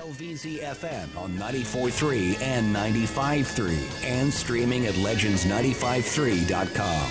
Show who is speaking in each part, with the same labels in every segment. Speaker 1: KLVZ FM on 94.3 and 95.3 and streaming at legends953.com.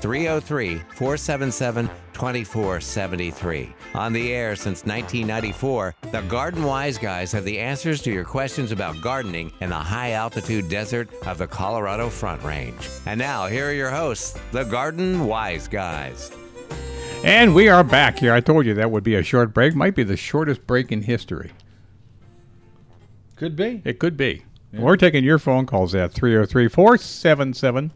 Speaker 2: 303 477 2473. On the air since 1994, the Garden Wise Guys have the answers to your questions about gardening in the high altitude desert of the Colorado Front Range. And now, here are your hosts, the Garden Wise Guys.
Speaker 3: And we are back here. I told you that would be a short break. Might be the shortest break in history.
Speaker 4: Could be.
Speaker 3: It could be. We're taking your phone calls at 303 477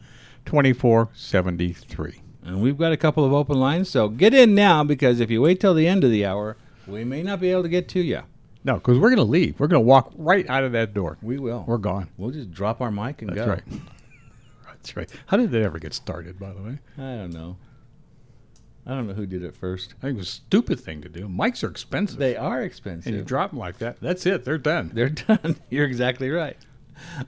Speaker 3: 2473.
Speaker 4: And we've got a couple of open lines, so get in now because if you wait till the end of the hour, we may not be able to get to you.
Speaker 3: No, because we're going to leave. We're going to walk right out of that door.
Speaker 4: We will.
Speaker 3: We're gone.
Speaker 4: We'll just drop our mic and
Speaker 3: That's
Speaker 4: go.
Speaker 3: right. That's right. How did that ever get started, by the way?
Speaker 4: I don't know. I don't know who did it first.
Speaker 3: I think it was a stupid thing to do. Mics are expensive.
Speaker 4: They are
Speaker 3: and you
Speaker 4: expensive.
Speaker 3: drop them like that. That's it. They're done.
Speaker 4: They're done. You're exactly right.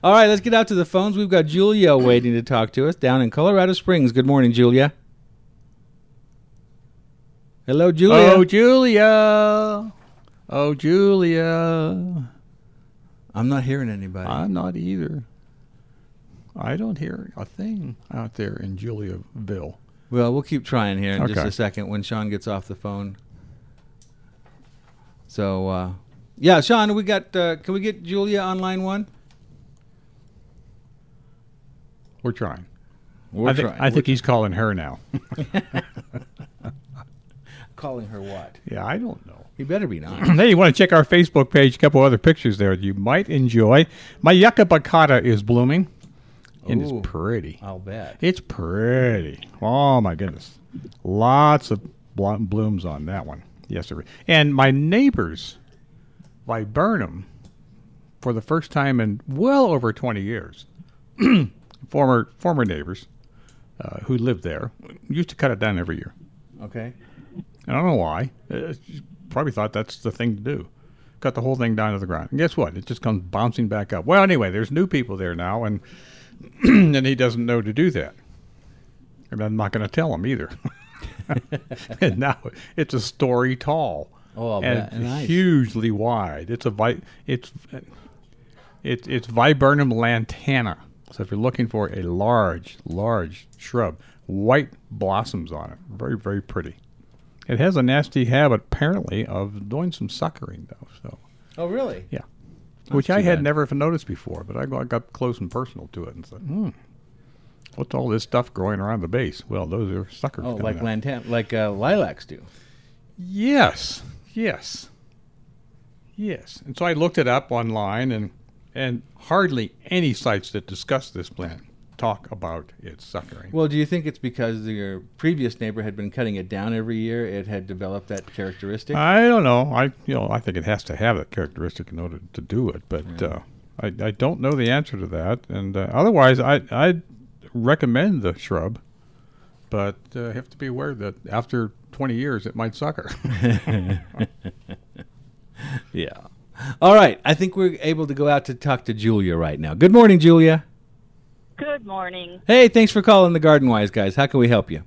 Speaker 4: All right, let's get out to the phones. We've got Julia waiting to talk to us down in Colorado Springs. Good morning, Julia. Hello, Julia.
Speaker 3: Oh, Julia. Oh, Julia.
Speaker 4: I'm not hearing anybody.
Speaker 3: I'm not either. I don't hear a thing out there in Juliaville.
Speaker 4: Well, we'll keep trying here in just
Speaker 3: Okay.
Speaker 4: a second when Sean gets off the phone. So, uh, yeah, Sean, we got. Uh, can we get Julia on line one?
Speaker 3: We're trying.
Speaker 4: We're
Speaker 3: I think,
Speaker 4: trying.
Speaker 3: I think he's calling her now.
Speaker 4: We're calling her what?
Speaker 3: yeah, I don't know.
Speaker 4: He better be not.
Speaker 3: hey, you want to check our Facebook page? A couple other pictures there that you might enjoy. My yucca bacata is blooming, and
Speaker 4: Ooh.
Speaker 3: it's pretty.
Speaker 4: I'll bet.
Speaker 3: It's pretty. Oh my goodness, lots of blo- blooms on that one. Yes, sir. And my neighbor's viburnum, for the first time in well over twenty years, former former neighbors uh, who lived there used to cut it down every year.
Speaker 4: Okay.
Speaker 3: I don't know why. Uh, she probably thought that's the thing to do. Cut the whole thing down to the ground. And guess what? It just comes bouncing back up. Well, anyway, there's new people there now, and and he doesn't know to do that. And I'm not going to tell him either. and now it's a story tall.
Speaker 4: Oh, I'll
Speaker 3: and
Speaker 4: bet.
Speaker 3: it's
Speaker 4: Nice.
Speaker 3: hugely wide. It's a vi- it's it's it's viburnum lantana. So if you're looking for a large, large shrub, white blossoms on it, very, very pretty. It has a nasty habit, apparently, of doing some suckering, though. So,
Speaker 4: Oh, really?
Speaker 3: yeah, which I had
Speaker 4: bad.
Speaker 3: never noticed before, but I got, got close and personal to it and said, "Hmm, what's all this stuff growing around the base?" Well, those are suckers.
Speaker 4: Oh,
Speaker 3: coming
Speaker 4: like
Speaker 3: out.
Speaker 4: lantan, like uh, lilacs do.
Speaker 3: Yes, yes, yes. And so I looked it up online, and and hardly any sites that discuss this plant talk about its suckering.
Speaker 4: Well, do you think it's because your previous neighbor had been cutting it down every year? It had developed that characteristic.
Speaker 3: I don't know. I you know I think it has to have that characteristic in order to do it, but uh, I I don't know the answer to that. And uh, otherwise, I I'd recommend the shrub, but uh, you have to be aware that after 20 years it might sucker.
Speaker 4: yeah. All right. I think we're able to go out to talk to Julia right now. Good morning, Julia.
Speaker 5: Good morning.
Speaker 4: Hey, thanks for calling the Garden Wise guys. How can we help you?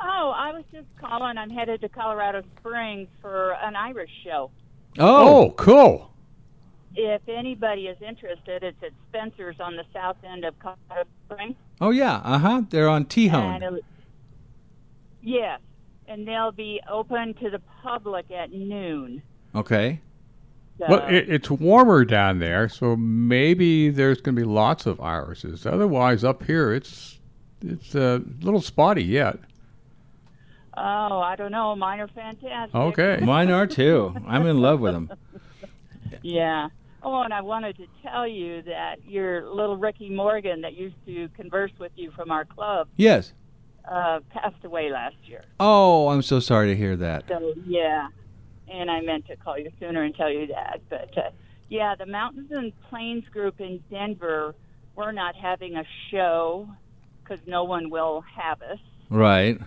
Speaker 5: Oh, I was just calling. I'm headed to Colorado Springs for an Irish show.
Speaker 3: oh, cool.
Speaker 5: If anybody is interested, it's at Spencer's on the south end of Colorado Springs.
Speaker 4: oh yeah, uh huh. They're on
Speaker 5: And
Speaker 4: T-Hone.
Speaker 5: it'll- yes, and they'll be open to the public at noon.
Speaker 4: Okay.
Speaker 5: So,
Speaker 3: Well, it, it's warmer down there, so maybe there's going to be lots of irises. Otherwise, up here it's it's uh, a little spotty yet.
Speaker 5: oh, I don't know. Mine are fantastic.
Speaker 3: Okay.
Speaker 4: Mine are too. I'm in love with them.
Speaker 5: Yeah. Oh, and I wanted to tell you that your little Ricky Morgan that used to converse with you from our club
Speaker 4: Yes.
Speaker 5: uh, passed away last year.
Speaker 4: Oh, I'm so sorry to hear that.
Speaker 5: So yeah, and I meant to call you sooner and tell you that, but uh, yeah, the Mountains and Plains group in Denver we're not having a show because no one will have us.
Speaker 4: Right.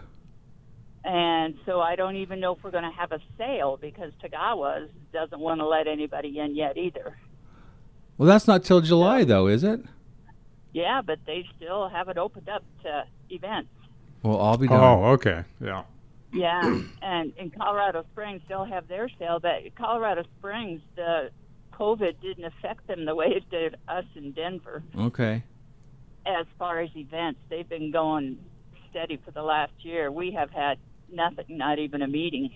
Speaker 5: And so I don't even know if we're going to have a sale because Tagawa's doesn't want to let anybody in yet either.
Speaker 4: Well, that's not till July, though, is it?
Speaker 5: Yeah, but they still have it opened up to events.
Speaker 4: Well, I'll be
Speaker 3: Oh,
Speaker 4: darned.
Speaker 3: okay. Yeah.
Speaker 5: Yeah, and in Colorado Springs, they'll have their sale, but Colorado Springs, the COVID didn't affect them the way it did us in Denver
Speaker 4: Okay.
Speaker 5: as far as events. They've been going steady for the last year. We have had nothing, not even a meeting.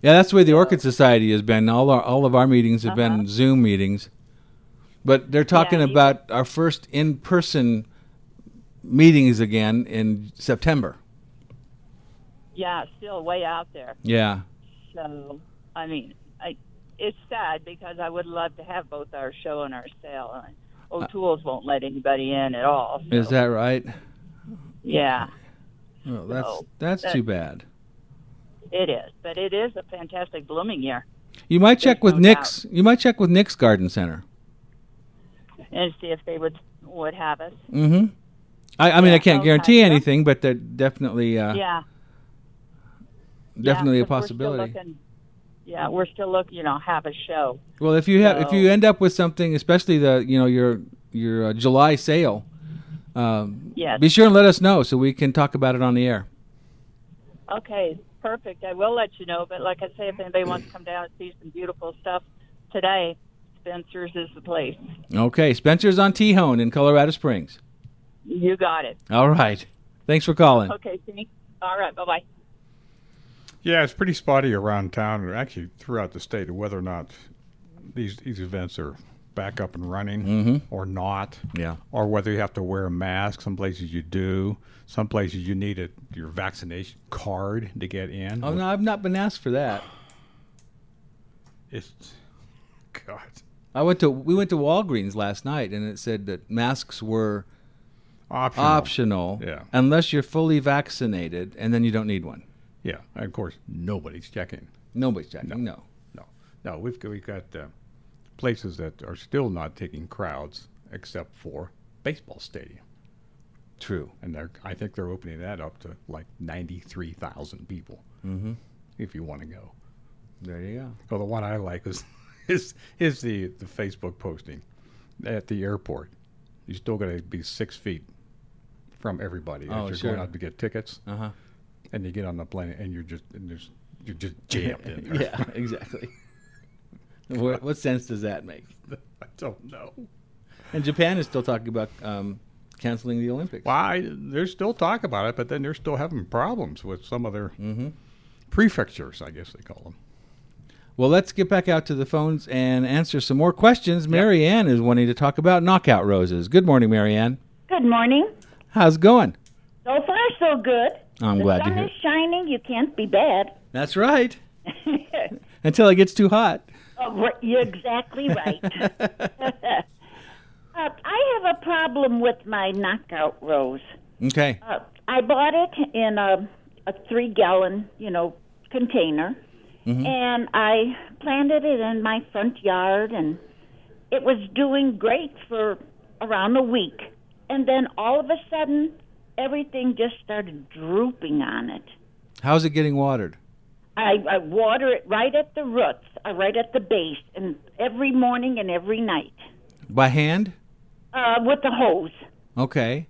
Speaker 4: Yeah, that's the way the Orchid Society has been. All our all of our meetings have been Zoom meetings, but they're talking
Speaker 5: Uh-huh. you-
Speaker 4: about our first in person meetings again in September.
Speaker 5: Yeah, still way out there.
Speaker 4: Yeah.
Speaker 5: So, I mean, I, it's sad because I would love to have both our show and our sale. And O'Toole's won't let anybody in at all. so,
Speaker 4: Is that right?
Speaker 5: Yeah.
Speaker 4: Well, that's
Speaker 5: So,
Speaker 4: that's
Speaker 5: that-
Speaker 4: too bad.
Speaker 5: It is, but it is a fantastic blooming year
Speaker 4: You might check
Speaker 5: there's
Speaker 4: with
Speaker 5: no
Speaker 4: Nick's. You might check with Nick's Garden Center.
Speaker 5: and see if they would would have us.
Speaker 4: Mm-hmm. I, I mean, I
Speaker 5: Yeah,
Speaker 4: can't
Speaker 5: okay.
Speaker 4: guarantee anything, but they're definitely uh,
Speaker 5: Yeah,
Speaker 4: definitely
Speaker 5: yeah,
Speaker 4: a
Speaker 5: 'cause we're still
Speaker 4: possibility.
Speaker 5: looking- yeah, we're still looking. You know, have a show.
Speaker 4: Well, if you have, if
Speaker 5: So-
Speaker 4: you end up with something, especially the you know your your uh, July sale, um,
Speaker 5: Yes.
Speaker 4: be sure and let us know so we can talk about it on the air.
Speaker 5: Okay, perfect. I will let you know. But like I say, if anybody wants to come down and see some beautiful stuff today, Spencer's is the place.
Speaker 4: Okay, Spencer's on T-Hone in Colorado Springs.
Speaker 5: You got it.
Speaker 4: All right, thanks for calling.
Speaker 5: Okay, thanks. All right, bye bye.
Speaker 3: Yeah, it's pretty spotty around town, or actually throughout the state, of whether or not these these events are back up and running or not.
Speaker 4: Mm-hmm. Yeah.
Speaker 3: Or whether you have to wear a mask. Some places you do. Some places you need a, your vaccination card to get in.
Speaker 4: Oh no, I've not been asked for that.
Speaker 3: It's God.
Speaker 4: I went to we went to Walgreens last night and it said that masks were
Speaker 3: Optional.
Speaker 4: optional
Speaker 3: Yeah.
Speaker 4: unless you're fully vaccinated and then you don't need one.
Speaker 3: Yeah. And of course, nobody's checking.
Speaker 4: Nobody's checking. No.
Speaker 3: No, no, we've got- we've got uh, places that are still not taking crowds except for baseball stadium,
Speaker 4: True.
Speaker 3: and they're I think they're opening that up to like ninety three thousand people mm-hmm. if you want to go.
Speaker 4: There you go.
Speaker 3: Well, the one I like is is is the the Facebook posting at the airport. You're still going to be six feet from everybody
Speaker 4: Oh,
Speaker 3: if you're
Speaker 4: sure.
Speaker 3: going out to get tickets,
Speaker 4: Uh-huh.
Speaker 3: and you get on the plane and you're just and there's you're just jammed in there.
Speaker 4: Yeah, exactly. what, what sense does that make?
Speaker 3: I don't know.
Speaker 4: And Japan is still talking about um, canceling the Olympics.
Speaker 3: Why there's still talk about it, but then they're still having problems with some of their
Speaker 4: Mm-hmm.
Speaker 3: Hmm? prefectures, I guess they call them.
Speaker 4: Well, let's get back out to the phones and answer some more questions. Mary Ann is wanting to talk about knockout roses. Good morning, Mary Ann.
Speaker 6: Good morning.
Speaker 4: How's it going?
Speaker 6: So far, so good.
Speaker 4: I'm
Speaker 6: the
Speaker 4: glad to
Speaker 6: sun
Speaker 4: hear
Speaker 6: is
Speaker 4: it.
Speaker 6: shining. You can't be bad.
Speaker 4: That's right. Until it gets too hot.
Speaker 6: Oh, right- you're exactly right. uh, I have a problem with my knockout rose.
Speaker 4: Okay.
Speaker 6: Uh, I bought it in a, a three-gallon, you know, container, and I planted it in my front yard, and it was doing great for around a week. And then all of a sudden, everything just started drooping on it.
Speaker 4: How's it getting watered?
Speaker 6: I, I water it right at the roots, uh, right at the base, and every morning and every night
Speaker 4: By hand?
Speaker 6: uh, with the hose.
Speaker 4: Okay.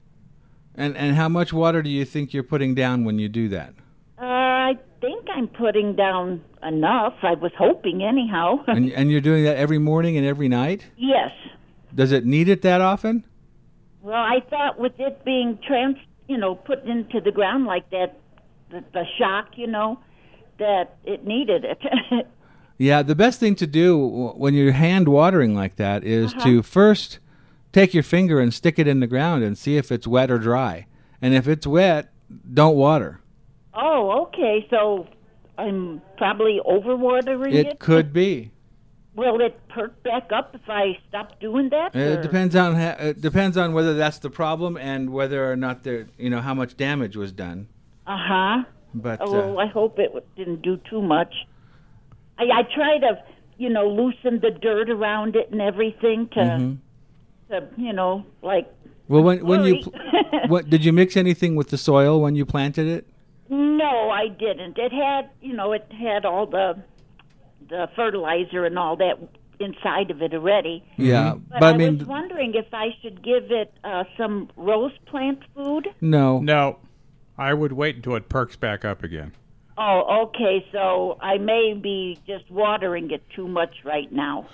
Speaker 4: And and how much water do you think you're putting down when you do that?
Speaker 6: Uh, I think I'm putting down enough. I was hoping, anyhow.
Speaker 4: And and you're doing that every morning and every night?
Speaker 6: yes.
Speaker 4: Does it need it that often?
Speaker 6: Well, I thought with it being trans, you know, put into the ground like that, the, the shock, you know, that it needed it.
Speaker 4: Yeah, the best thing to do w- when you're hand watering like that is to first take your finger and stick it in the ground and see if it's wet or dry. And if it's wet, don't water.
Speaker 6: oh, okay. So I'm probably overwatering it.
Speaker 4: It could be.
Speaker 6: Will it perk back up if I stop doing that?
Speaker 4: It
Speaker 6: or-
Speaker 4: depends on ha- it depends on whether that's the problem and whether or not there you know how much damage was done.
Speaker 6: Uh-huh.
Speaker 4: But uh,
Speaker 6: Oh, I hope it w- didn't do too much. I, I try to, you know, loosen the dirt around it and everything to, to you know, like
Speaker 4: Well, when Mm-hmm. when you
Speaker 6: Sorry.
Speaker 4: pl- what did you mix anything with the soil when you planted it?
Speaker 6: No, I didn't. It had, you know, it had all the the fertilizer and all that inside of it already. Mm-hmm.
Speaker 4: Yeah,
Speaker 6: But,
Speaker 4: but I mean,
Speaker 6: was wondering if I should give it uh, some rose plant food.
Speaker 4: no,
Speaker 3: No, I would wait until it perks back up again.
Speaker 6: Oh, okay. So I may be just watering it too much right now.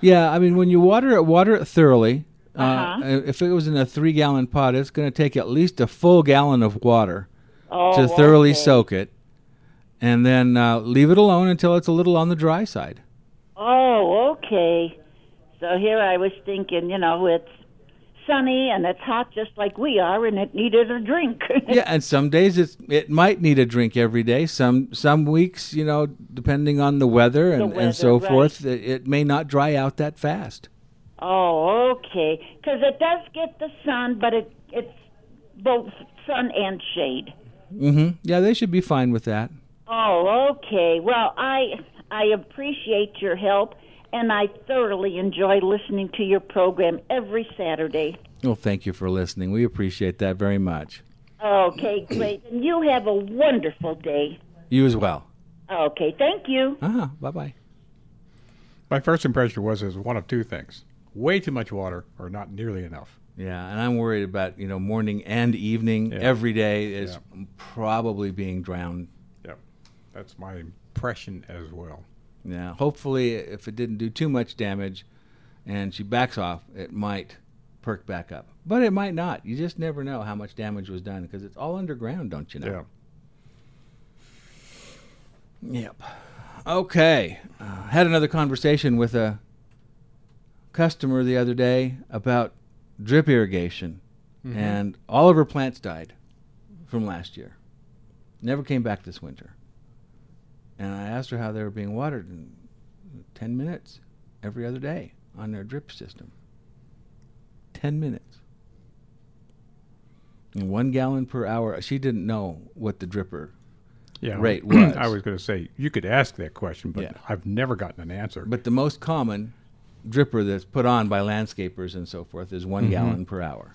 Speaker 4: Yeah, I mean, when you water it, water it thoroughly. uh
Speaker 6: Uh-huh.
Speaker 4: if it was in a three gallon pot, it's going to take at least a full gallon of water
Speaker 6: Oh,
Speaker 4: to thoroughly
Speaker 6: okay.
Speaker 4: soak it. And then uh, leave it alone until it's a little on the dry side.
Speaker 6: Oh, okay. So here I was thinking, you know, it's sunny and it's hot just like we are, and it needed a drink.
Speaker 4: Yeah, and some days it's, it might need a drink every day. Some some weeks, you know, depending on the weather and,
Speaker 6: The
Speaker 4: and so
Speaker 6: weather, right.
Speaker 4: forth, it, it may not dry out that fast.
Speaker 6: Oh, okay. Because it does get the sun, but it it's both sun and shade.
Speaker 4: Mm-hmm. Yeah, they should be fine with that.
Speaker 6: Oh, okay. Well, I I appreciate your help, and I thoroughly enjoy listening to your program every Saturday.
Speaker 4: Well, thank you for listening. We appreciate that very much.
Speaker 6: Okay, great. And you have a wonderful day.
Speaker 4: You as well.
Speaker 6: Okay, thank you.
Speaker 4: Ah, bye bye.
Speaker 3: My first impression was is one of two things: way too much water, or not nearly enough.
Speaker 4: Yeah, and I'm worried about you know morning and evening every day is probably being drowned.
Speaker 3: Yep, that's my impression as well.
Speaker 4: Yeah, hopefully if it didn't do too much damage, and she backs off, it might perk back up, but it might not. You just never know how much damage was done because it's all underground, don't you know? Yep. Okay, uh, had another conversation with a customer the other day about drip irrigation,
Speaker 3: Mm-hmm.
Speaker 4: and all of her plants died from last year. Never came back this winter. And I asked her how they were being watered in 10 minutes every other day on their drip system. 10 minutes. And one gallon per hour. She didn't know what the dripper.
Speaker 3: Yeah,
Speaker 4: Rate was.
Speaker 3: I was going to say you could ask that question, but
Speaker 4: Yeah.
Speaker 3: I've never gotten an answer.
Speaker 4: But the most common dripper that's put on by landscapers and so forth is
Speaker 3: Mm-hmm.
Speaker 4: one gallon per hour.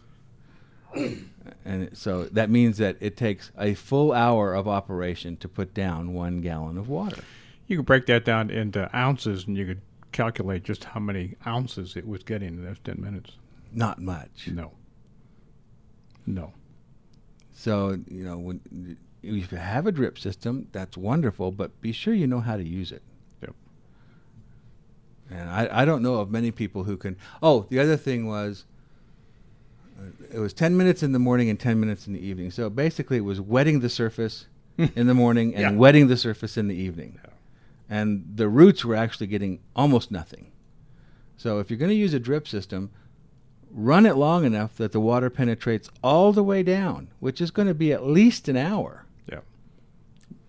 Speaker 4: and it- so that means that it takes a full hour of operation to put down one gallon of water.
Speaker 3: You could break that down into ounces, and you could calculate just how many ounces it was getting in those ten minutes.
Speaker 4: Not much.
Speaker 3: No. No.
Speaker 4: So you know, when if you have a drip system, that's wonderful, but be sure you know how to use it.
Speaker 3: Yep.
Speaker 4: And I, I don't know of many people who can. Oh, the other thing was, uh, it was ten minutes in the morning and ten minutes in the evening. So basically, it was wetting the surface in the morning and
Speaker 3: Yeah.
Speaker 4: wetting the surface in the evening, and the roots were actually getting almost nothing. So if you're going to use a drip system, run it long enough that the water penetrates all the way down, which is going to be at least an hour.
Speaker 3: Yeah.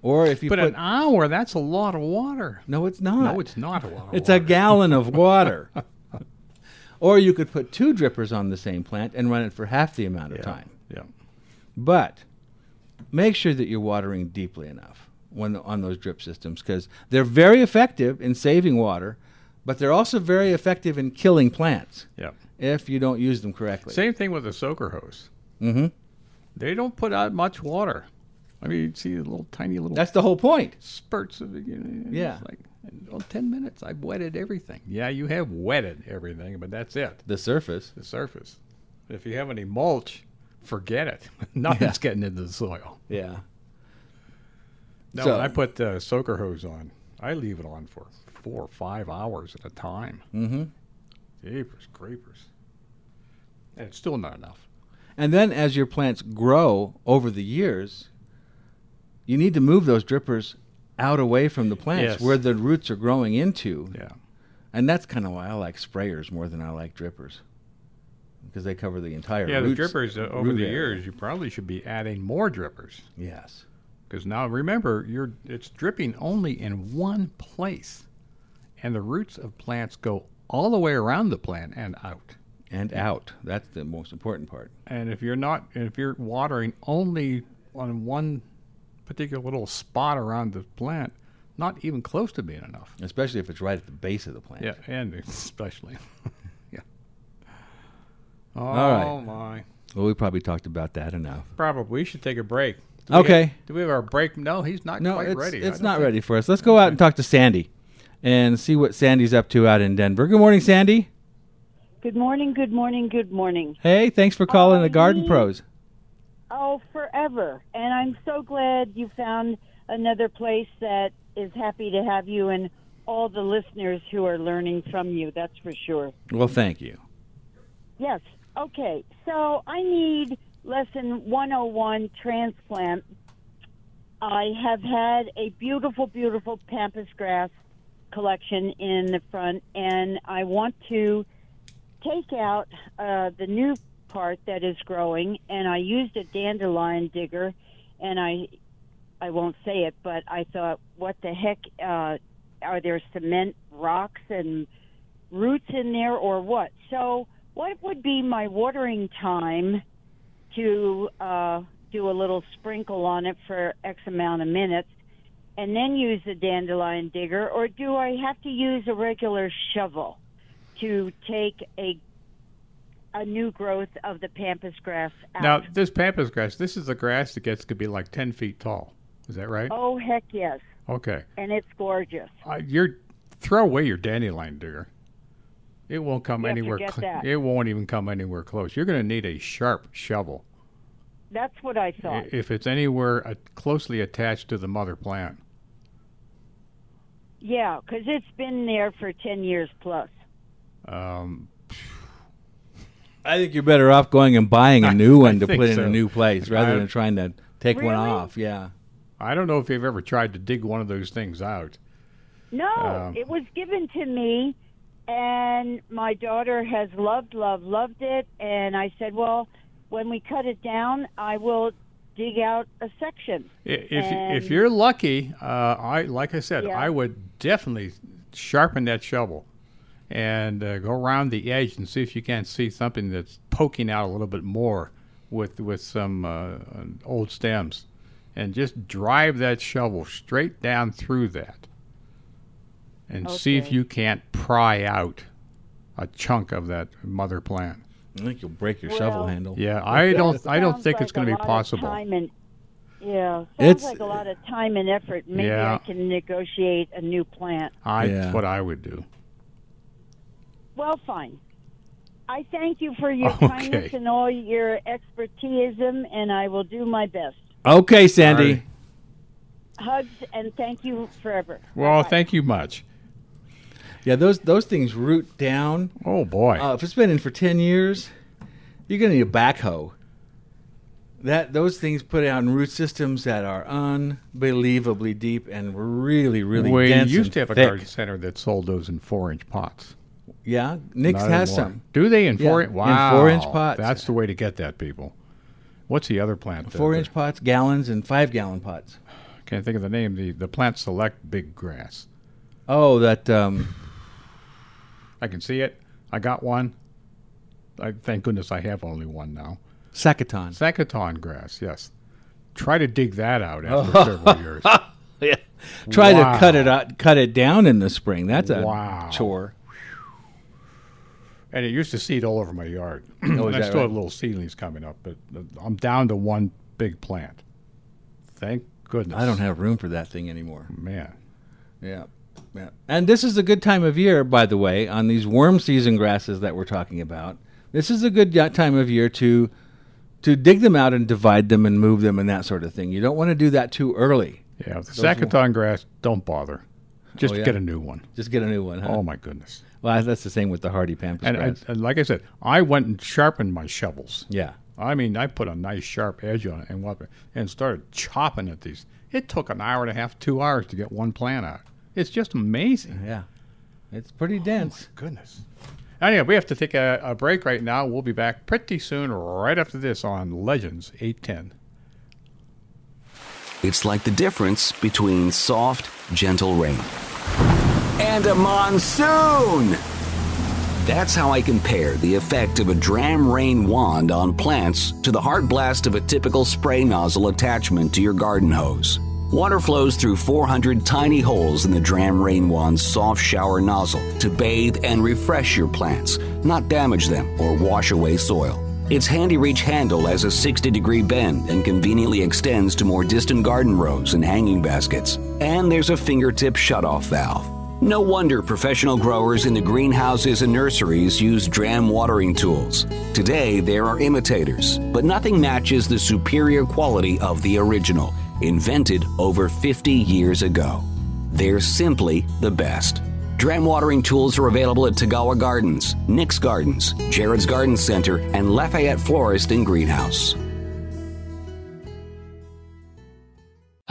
Speaker 4: Or if you
Speaker 3: But
Speaker 4: put
Speaker 3: an hour, that's a lot of water.
Speaker 4: no, it's not.
Speaker 3: No, it's not a lot of
Speaker 4: It's
Speaker 3: water.
Speaker 4: a gallon of water. or you could put two drippers on the same plant and run it for half the amount of time.
Speaker 3: Yeah.
Speaker 4: But make sure that you're watering deeply enough when on those drip systems because they're very effective in saving water, but they're also very effective in killing plants
Speaker 3: Yeah.
Speaker 4: if you don't use them correctly.
Speaker 3: Same thing with the soaker hose.
Speaker 4: hmm
Speaker 3: They don't put out much water. I mean, you see the little tiny little
Speaker 4: That's the whole point.
Speaker 3: spurts of it. You know, it's
Speaker 4: Yeah.
Speaker 3: Like, well, 10 minutes, I've wetted everything. Yeah, you have wetted everything, but that's it.
Speaker 4: The surface.
Speaker 3: The surface. If you have any mulch, forget it. Nothing's getting into the soil.
Speaker 4: Yeah.
Speaker 3: No,
Speaker 4: So-
Speaker 3: when I put the soaker hose on, I leave it on for four or five hours at a time. Mm-hmm. Jeepers, creepers. And it's still not enough.
Speaker 4: And then as your plants grow over the years, you need to move those drippers out away from the plants
Speaker 3: Yes.
Speaker 4: where the roots are growing into.
Speaker 3: Yeah.
Speaker 4: And that's kind of why I like sprayers more than I like drippers. Because they cover the entire
Speaker 3: Yeah, the
Speaker 4: roots-
Speaker 3: drippers uh, over
Speaker 4: root
Speaker 3: the
Speaker 4: area.
Speaker 3: years, you probably should be adding more drippers
Speaker 4: Yes.
Speaker 3: because now remember, you're it's dripping only in one place, and the roots of plants go all the way around the plant and out.
Speaker 4: And out. That's the most important part.
Speaker 3: And if you're not, if you're watering only on one particular little spot around the plant, not even close to being enough.
Speaker 4: Especially if it's right at the base of the plant.
Speaker 3: Yeah, and especially, yeah. Oh
Speaker 4: right.
Speaker 3: my.
Speaker 4: Well, we probably talked about that enough.
Speaker 3: Probably we should take a break. Do we
Speaker 4: Okay.
Speaker 3: have- do we have our break? No, he's not
Speaker 4: No,
Speaker 3: quite
Speaker 4: it's,
Speaker 3: ready. I
Speaker 4: it's
Speaker 3: don't
Speaker 4: not
Speaker 3: think-
Speaker 4: ready for us. Let's go out and talk to Sandy and see what Sandy's up to out in Denver. Good morning, Sandy.
Speaker 7: Good morning, good morning, good morning.
Speaker 4: Hey, thanks for calling the Garden
Speaker 7: Hi.
Speaker 4: Pros.
Speaker 7: Oh, forever. And I'm so glad you found another place that is happy to have you and all the listeners who are learning from you, that's for sure.
Speaker 4: Well, thank you.
Speaker 7: Yes. Okay. So I need lesson 101 transplant. I have had a beautiful, beautiful pampas grass collection in the front, and I want to take out uh, the new part that is growing. And I used a dandelion digger, and I I won't say it, but I thought, what the heck? Uh, are there cement rocks and roots in there or what. So, what would be my watering time to uh, do a little sprinkle on it for X amount of minutes and then use the dandelion digger, or do I have to use a regular shovel to take a a new growth of the pampas grass out?
Speaker 3: Now this pampas grass. This is the grass that gets could be like ten feet tall. Is that right?
Speaker 7: oh, heck yes.
Speaker 3: Okay.
Speaker 7: And it's gorgeous.
Speaker 3: Uh, you're throw away your dandelion digger. It won't come
Speaker 7: Yeah,
Speaker 3: anywhere.
Speaker 7: forget that.
Speaker 3: It won't even come anywhere close. You're going to need a sharp shovel
Speaker 7: That's what I
Speaker 3: i-
Speaker 7: thought.
Speaker 3: if it's anywhere uh, closely attached to the mother plant.
Speaker 7: Yeah, because it's been there for 10 years plus.
Speaker 3: Um,
Speaker 4: I think you're better off going and buying a new
Speaker 3: I
Speaker 4: one to
Speaker 3: think
Speaker 4: put in
Speaker 3: so.
Speaker 4: a new place rather
Speaker 3: I-
Speaker 4: than trying to take one
Speaker 7: Really?
Speaker 4: off. Yeah.
Speaker 3: I don't know if you've ever tried to dig one of those things out.
Speaker 7: No,
Speaker 3: Um,
Speaker 7: it was given to me, and my daughter has loved, loved, loved it. And I said, well, when we cut it down, I will dig out a section.
Speaker 3: I- If
Speaker 7: And-
Speaker 3: if you're lucky, uh, I like I said,
Speaker 7: Yeah.
Speaker 3: I would definitely sharpen that shovel and uh, go around the edge and see if you can't see something that's poking out a little bit more with with some uh, old stems, and just drive that shovel straight down through that, and see if
Speaker 7: Okay.
Speaker 3: you can't pry out a chunk of that mother plant.
Speaker 4: I think you'll break your
Speaker 7: Well,
Speaker 4: shovel handle.
Speaker 3: Yeah, I don't I don't
Speaker 7: Sounds
Speaker 3: think it's
Speaker 7: like
Speaker 3: going
Speaker 7: a
Speaker 3: to be
Speaker 7: lot of
Speaker 3: possible.
Speaker 7: time and- yeah, sounds
Speaker 4: It's-
Speaker 7: like a lot of time and effort. Maybe
Speaker 3: Yeah.
Speaker 7: I can negotiate a new plant.
Speaker 3: I,
Speaker 4: Yeah.
Speaker 3: That's what I would do.
Speaker 7: Well, fine. I thank you for your
Speaker 3: Okay.
Speaker 7: kindness and all your expertism, and I will do my best.
Speaker 4: Okay, Sandy.
Speaker 3: Alright.
Speaker 7: Hugs and thank you forever.
Speaker 3: Well,
Speaker 7: Bye-bye.
Speaker 3: thank you much.
Speaker 4: Yeah, those those things root down.
Speaker 3: Oh boy.
Speaker 4: Uh, if it's been in for ten years, you're gonna need a backhoe. That those things put out in root systems that are unbelievably deep and really, really
Speaker 3: we
Speaker 4: dense.
Speaker 3: used
Speaker 4: and
Speaker 3: to have a
Speaker 4: thick.
Speaker 3: garden center that sold those in four-inch pots.
Speaker 4: Yeah, Nick's
Speaker 3: Not
Speaker 4: has
Speaker 3: anymore.
Speaker 4: some
Speaker 3: Do they in
Speaker 4: Yeah,
Speaker 3: four-inch?
Speaker 4: in
Speaker 3: Wow,
Speaker 4: four-inch pots.
Speaker 3: That's the way to get that, people. What's the other plant? that-
Speaker 4: four-inch pots, gallons, and five-gallon pots.
Speaker 3: Can't think of the name. The the plant select big grass.
Speaker 4: Oh, that um,
Speaker 3: I can see it. I got one. I, thank goodness I have only one now.
Speaker 4: sacaton.
Speaker 3: Zacaton grass. Yes. Try to dig that out after several years.
Speaker 4: Yeah. Try
Speaker 3: Wow.
Speaker 4: to cut it out, cut it down in the spring. That's a
Speaker 3: Wow.
Speaker 4: chore.
Speaker 3: And it used to seed all over my yard.
Speaker 4: Oh, is
Speaker 3: and I
Speaker 4: that
Speaker 3: still
Speaker 4: right?
Speaker 3: have little seedlings coming up, but uh, I'm down to one big plant. Thank goodness.
Speaker 4: I don't have room for that thing anymore.
Speaker 3: Man.
Speaker 4: Yeah. Yeah. And this is a good time of year, by the way, on these worm season grasses that we're talking about. This is a good y- time of year to to dig them out and divide them and move them and that sort of thing. You don't want to do that too early.
Speaker 3: Yeah, the Zacaton grass, don't bother. Just
Speaker 4: Oh, yeah?
Speaker 3: get a new one.
Speaker 4: Just get a new one. Huh?
Speaker 3: Oh, my goodness.
Speaker 4: Well, that's the same with the hardy pampas
Speaker 3: And, I,
Speaker 4: grass.
Speaker 3: and like I said, I went and sharpened my shovels.
Speaker 4: yeah.
Speaker 3: I mean, I put a nice sharp edge on it and, what- and started chopping at these. It took an hour and a half, two hours to get one plant out. It's just amazing.
Speaker 4: Yeah. It's pretty dense.
Speaker 3: Oh, Goodness. Anyway, we have to take a, a break right now. We'll be back pretty soon, right after this on Legends 810.
Speaker 1: It's like the difference between soft, gentle rain and a monsoon. That's how I compare the effect of a dram rain wand on plants to the hard blast of a typical spray nozzle attachment to your garden hose. Water flows through 400 tiny holes in the Dram Rain Wand's soft shower nozzle to bathe and refresh your plants, not damage them or wash away soil. Its handy reach handle has a 60 degree bend and conveniently extends to more distant garden rows and hanging baskets. And there's a fingertip shutoff valve. No wonder professional growers in the greenhouses and nurseries use dram watering tools. Today, there are imitators, but nothing matches the superior quality of the original, invented over 50 years ago. They're simply the best. Dram watering tools are available at Tagawa Gardens, Nick's Gardens, Jared's Garden Center, and Lafayette Florist and Greenhouse.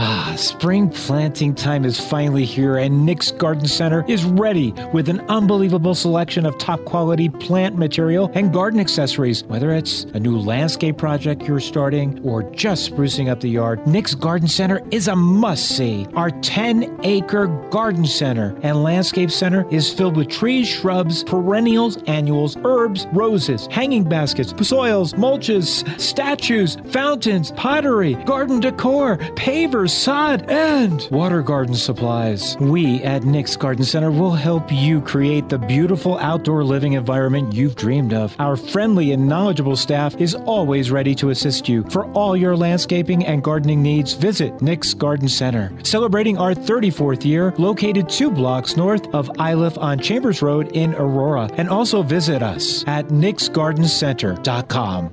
Speaker 8: Ah, spring planting time is finally here, and Nick's Garden Center is ready with an unbelievable selection of top quality plant material and garden accessories. Whether it's a new landscape project you're starting or just sprucing up the yard, Nick's Garden Center is a must see. Our 10 acre garden center and landscape center is filled with trees, shrubs, perennials, annuals, herbs, roses, hanging baskets, soils, mulches, statues, fountains, pottery, garden decor, pavers sod, and water garden supplies. We at Nick's Garden Center will help you create the beautiful outdoor living environment you've dreamed of. Our friendly and knowledgeable staff is always ready to assist you. For all your landscaping and gardening needs, visit Nick's Garden Center. Celebrating our 34th year, located two blocks north of Iliff on Chambers Road in Aurora. And also visit us at nicksgardencenter.com.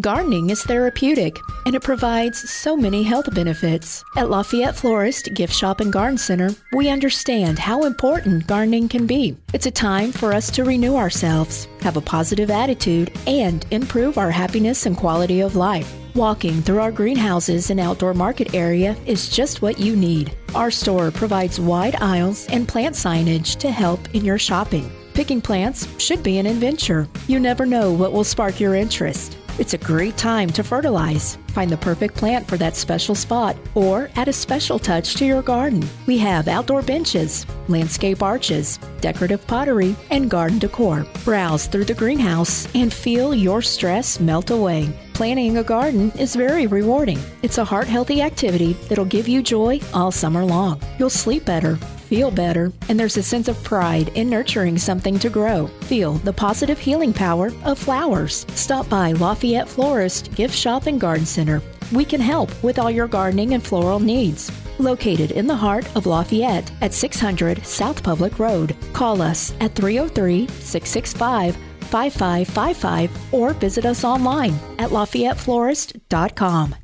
Speaker 9: Gardening is therapeutic and it provides so many health benefits. At Lafayette Florist, Gift Shop, and Garden Center, we understand how important gardening can be. It's a time for us to renew ourselves, have a positive attitude, and improve our happiness and quality of life. Walking through our greenhouses and outdoor market area is just what you need. Our store provides wide aisles and plant signage to help in your shopping. Picking plants should be an adventure. You never know what will spark your interest. It's a great time to fertilize. Find the perfect plant for that special spot or add a special touch to your garden. We have outdoor benches, landscape arches, decorative pottery, and garden decor. Browse through the greenhouse and feel your stress melt away. Planting a garden is very rewarding. It's a heart healthy activity that'll give you joy all summer long. You'll sleep better feel better, and there's a sense of pride in nurturing something to grow. Feel the positive healing power of flowers. Stop by Lafayette Florist, Gift Shop, and Garden Center. We can help with all your gardening and floral needs. Located in the heart of Lafayette at 600 South Public Road. Call us at 303 665 5555 or visit us online at lafayetteflorist.com.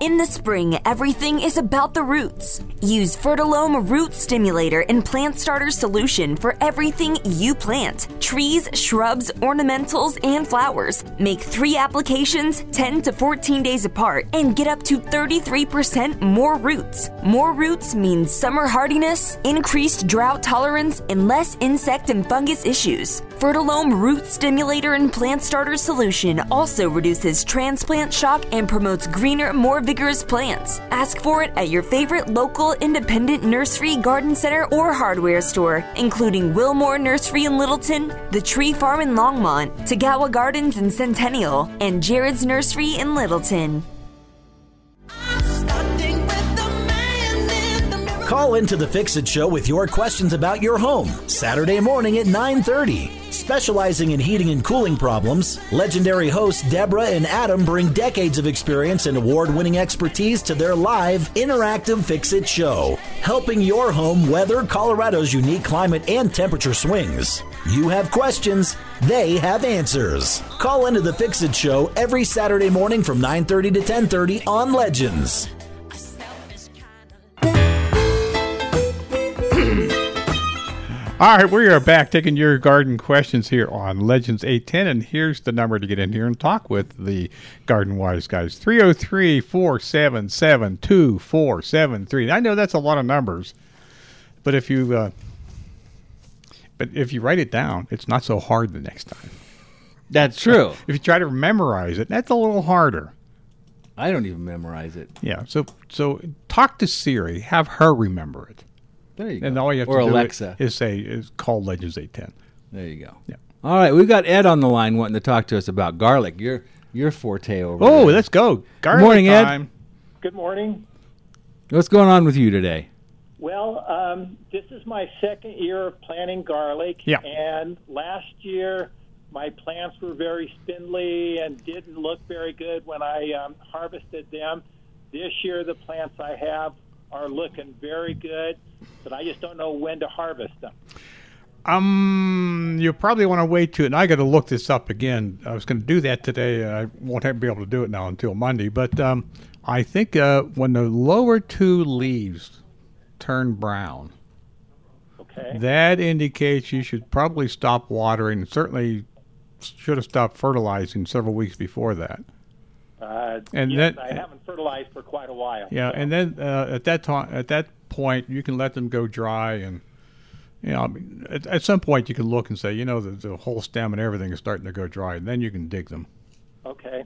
Speaker 10: In the spring, everything is about the roots. Use Fertilome Root Stimulator and Plant Starter Solution for everything you plant trees, shrubs, ornamentals, and flowers. Make three applications 10 to 14 days apart and get up to 33% more roots. More roots means summer hardiness, increased drought tolerance, and less insect and fungus issues. Fertilome Root Stimulator and Plant Starter Solution also reduces transplant shock and promotes greener, more vigorous plants. Ask for it at your favorite local independent nursery, garden center, or hardware store, including Wilmore Nursery in Littleton, The Tree Farm in Longmont, Tagawa Gardens in Centennial, and Jared's Nursery in Littleton.
Speaker 11: Call into the Fix It Show with your questions about your home Saturday morning at 9:30. Specializing in heating and cooling problems, legendary hosts Deborah and Adam bring decades of experience and award-winning expertise to their live interactive Fix It Show, helping your home weather Colorado's unique climate and temperature swings. You have questions, they have answers. Call into the Fix It Show every Saturday morning from 9:30 to 10:30 on Legends.
Speaker 3: All right, we are back taking your garden questions here on Legends 810. And here's the number to get in here and talk with the Garden Wise guys 303 477 2473. I know that's a lot of numbers, but if you. Uh, but if you write it down, it's not so hard the next time.
Speaker 4: That's true.
Speaker 3: If you try to memorize it, that's a little harder.
Speaker 4: I don't even memorize it.
Speaker 3: Yeah. So so talk to Siri, have her remember it.
Speaker 4: There you go.
Speaker 3: And all you have
Speaker 4: or
Speaker 3: to
Speaker 4: Alexa.
Speaker 3: do is say is call Legends 810.
Speaker 4: There you go.
Speaker 3: Yeah.
Speaker 4: All right, we've got Ed on the line wanting to talk to us about garlic. Your your forte over.
Speaker 3: Oh,
Speaker 4: there.
Speaker 3: let's go. Garlic
Speaker 4: Morning, Ed.
Speaker 3: time.
Speaker 12: Good morning.
Speaker 4: What's going on with you today?
Speaker 12: Well, um, this is my second year of planting garlic.
Speaker 3: Yeah.
Speaker 12: And last year, my plants were very spindly and didn't look very good when I um, harvested them. This year, the plants I have are looking very good, but I just don't know when to harvest them.
Speaker 3: Um, you probably want to wait to, and I got to look this up again. I was going to do that today. and I won't have, be able to do it now until Monday. But um, I think uh, when the lower two leaves turn brown,
Speaker 12: Okay.
Speaker 3: that indicates you should probably stop watering. Certainly, should have stopped fertilizing several weeks before that.
Speaker 12: Uh,
Speaker 3: And
Speaker 12: yes,
Speaker 3: that-
Speaker 12: I haven't fertilized for quite a while.
Speaker 3: Yeah,
Speaker 12: so-
Speaker 3: and then uh, at that time, at that point, you can let them go dry, and you know, I mean, at, at some point, you can look and say, you know, the, the whole stem and everything is starting to go dry, and then you can dig them.
Speaker 12: okay.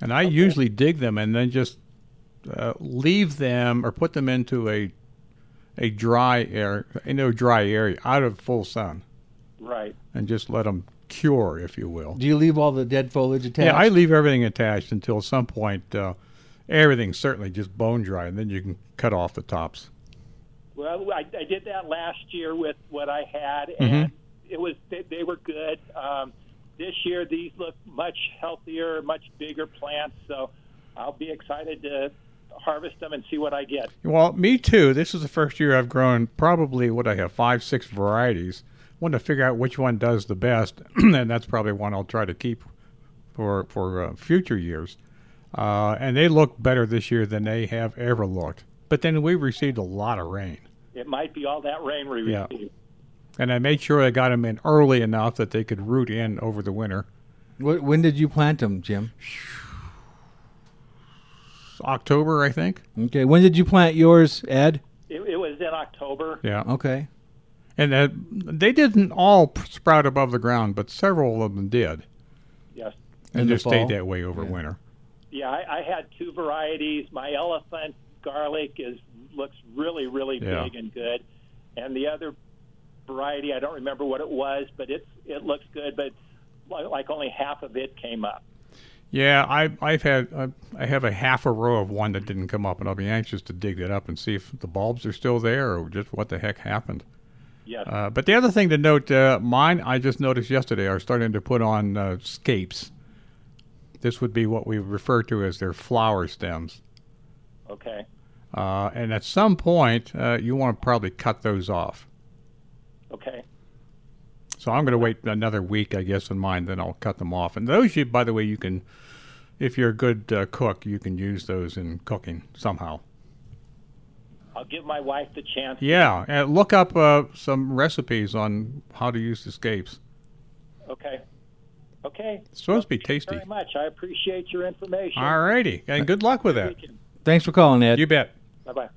Speaker 3: And I usually dig them and then just uh, leave them or put them into a a dry air, into a dry area, out of full sun,
Speaker 12: Right.
Speaker 3: and just let them cure, if you will.
Speaker 4: Do you leave all the dead foliage attached?
Speaker 3: Yeah, I leave everything attached until some point. Uh, everything's certainly just bone dry, and then you can cut off the tops.
Speaker 12: Well, I, I did that last year with what I had,
Speaker 3: Mhm.
Speaker 12: and it was they, they were good. Um, this year, these look much healthier, much bigger plants. So I'll be excited to harvest them and see what I get.
Speaker 3: Well, me too. This is the first year I've grown probably what I have five, six varieties. Wanted to figure out which one does the best, and that's probably one I'll try to keep for for uh, future years. Uh, and they look better this year than they have ever looked. But then we received a lot of rain,
Speaker 12: It might be all that rain we
Speaker 3: Yeah.
Speaker 12: received.
Speaker 3: and I made sure I got them in early enough that they could root in over the winter.
Speaker 4: Wh- when did you plant them, Jim?
Speaker 3: October, I think.
Speaker 4: Okay, when did you plant yours, Ed?
Speaker 12: It, it was in October.
Speaker 3: Yeah.
Speaker 4: Okay,
Speaker 3: And uh, they didn't all sprout above the ground, but several of them did,
Speaker 12: Yes.
Speaker 3: and
Speaker 4: In the
Speaker 3: just stayed
Speaker 4: fall?
Speaker 3: that way over winter.
Speaker 12: Yeah, I, I had two varieties. My elephant garlic is looks really, really
Speaker 3: Yeah.
Speaker 12: big and good, and the other variety I don't remember what it was, but it's it looks good, but li- like only half of it came up.
Speaker 3: Yeah, I, I've had I, I have a half a row of one that didn't come up, and I'll be anxious to dig that up and see if the bulbs are still there or just what the heck happened.
Speaker 12: Yes.
Speaker 3: Uh, but the other thing to note, uh, mine I just noticed yesterday are starting to put on uh, scapes. This would be what we refer to as their flower stems,
Speaker 12: okay.
Speaker 3: uh, and at some point uh, you want to probably cut those off.
Speaker 12: Okay.
Speaker 3: So I'm going to wait another week, I guess, on mine. Then I'll cut them off. And those, you, by the way, you can, if you're a good uh, cook, you can use those in cooking somehow.
Speaker 12: I'll give my wife the chance.
Speaker 3: Yeah, and look up uh, some recipes on how to use the scapes.
Speaker 12: Okay. Okay.
Speaker 3: It's supposed to be
Speaker 12: Thank you
Speaker 3: tasty.
Speaker 12: Very much. I appreciate your information.
Speaker 3: All righty, and good luck with that.
Speaker 4: thanks for calling, Ed.
Speaker 3: You bet.
Speaker 12: Bye bye.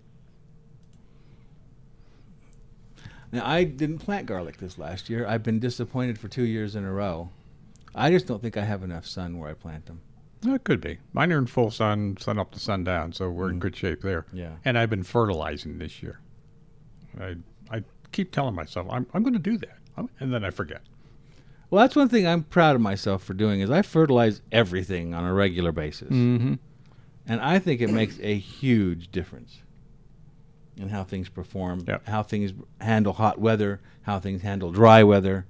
Speaker 4: Now, I didn't plant garlic this last year. I've been disappointed for two years in a row. I just don't think I have enough sun where I plant them.
Speaker 3: That could be. Mine are in full sun, sun up to sundown, so we're in good shape there.
Speaker 4: Yeah.
Speaker 3: And I've been fertilizing this year. I I keep telling myself I'm I'm going to do that, I'm- and then I forget.
Speaker 4: Well, that's one thing I'm proud of myself for doing is I fertilize everything on a regular basis,
Speaker 3: Mm-hmm.
Speaker 4: and I think it makes a huge difference in how things perform,
Speaker 3: Yeah.
Speaker 4: how things handle hot weather, how things handle dry weather.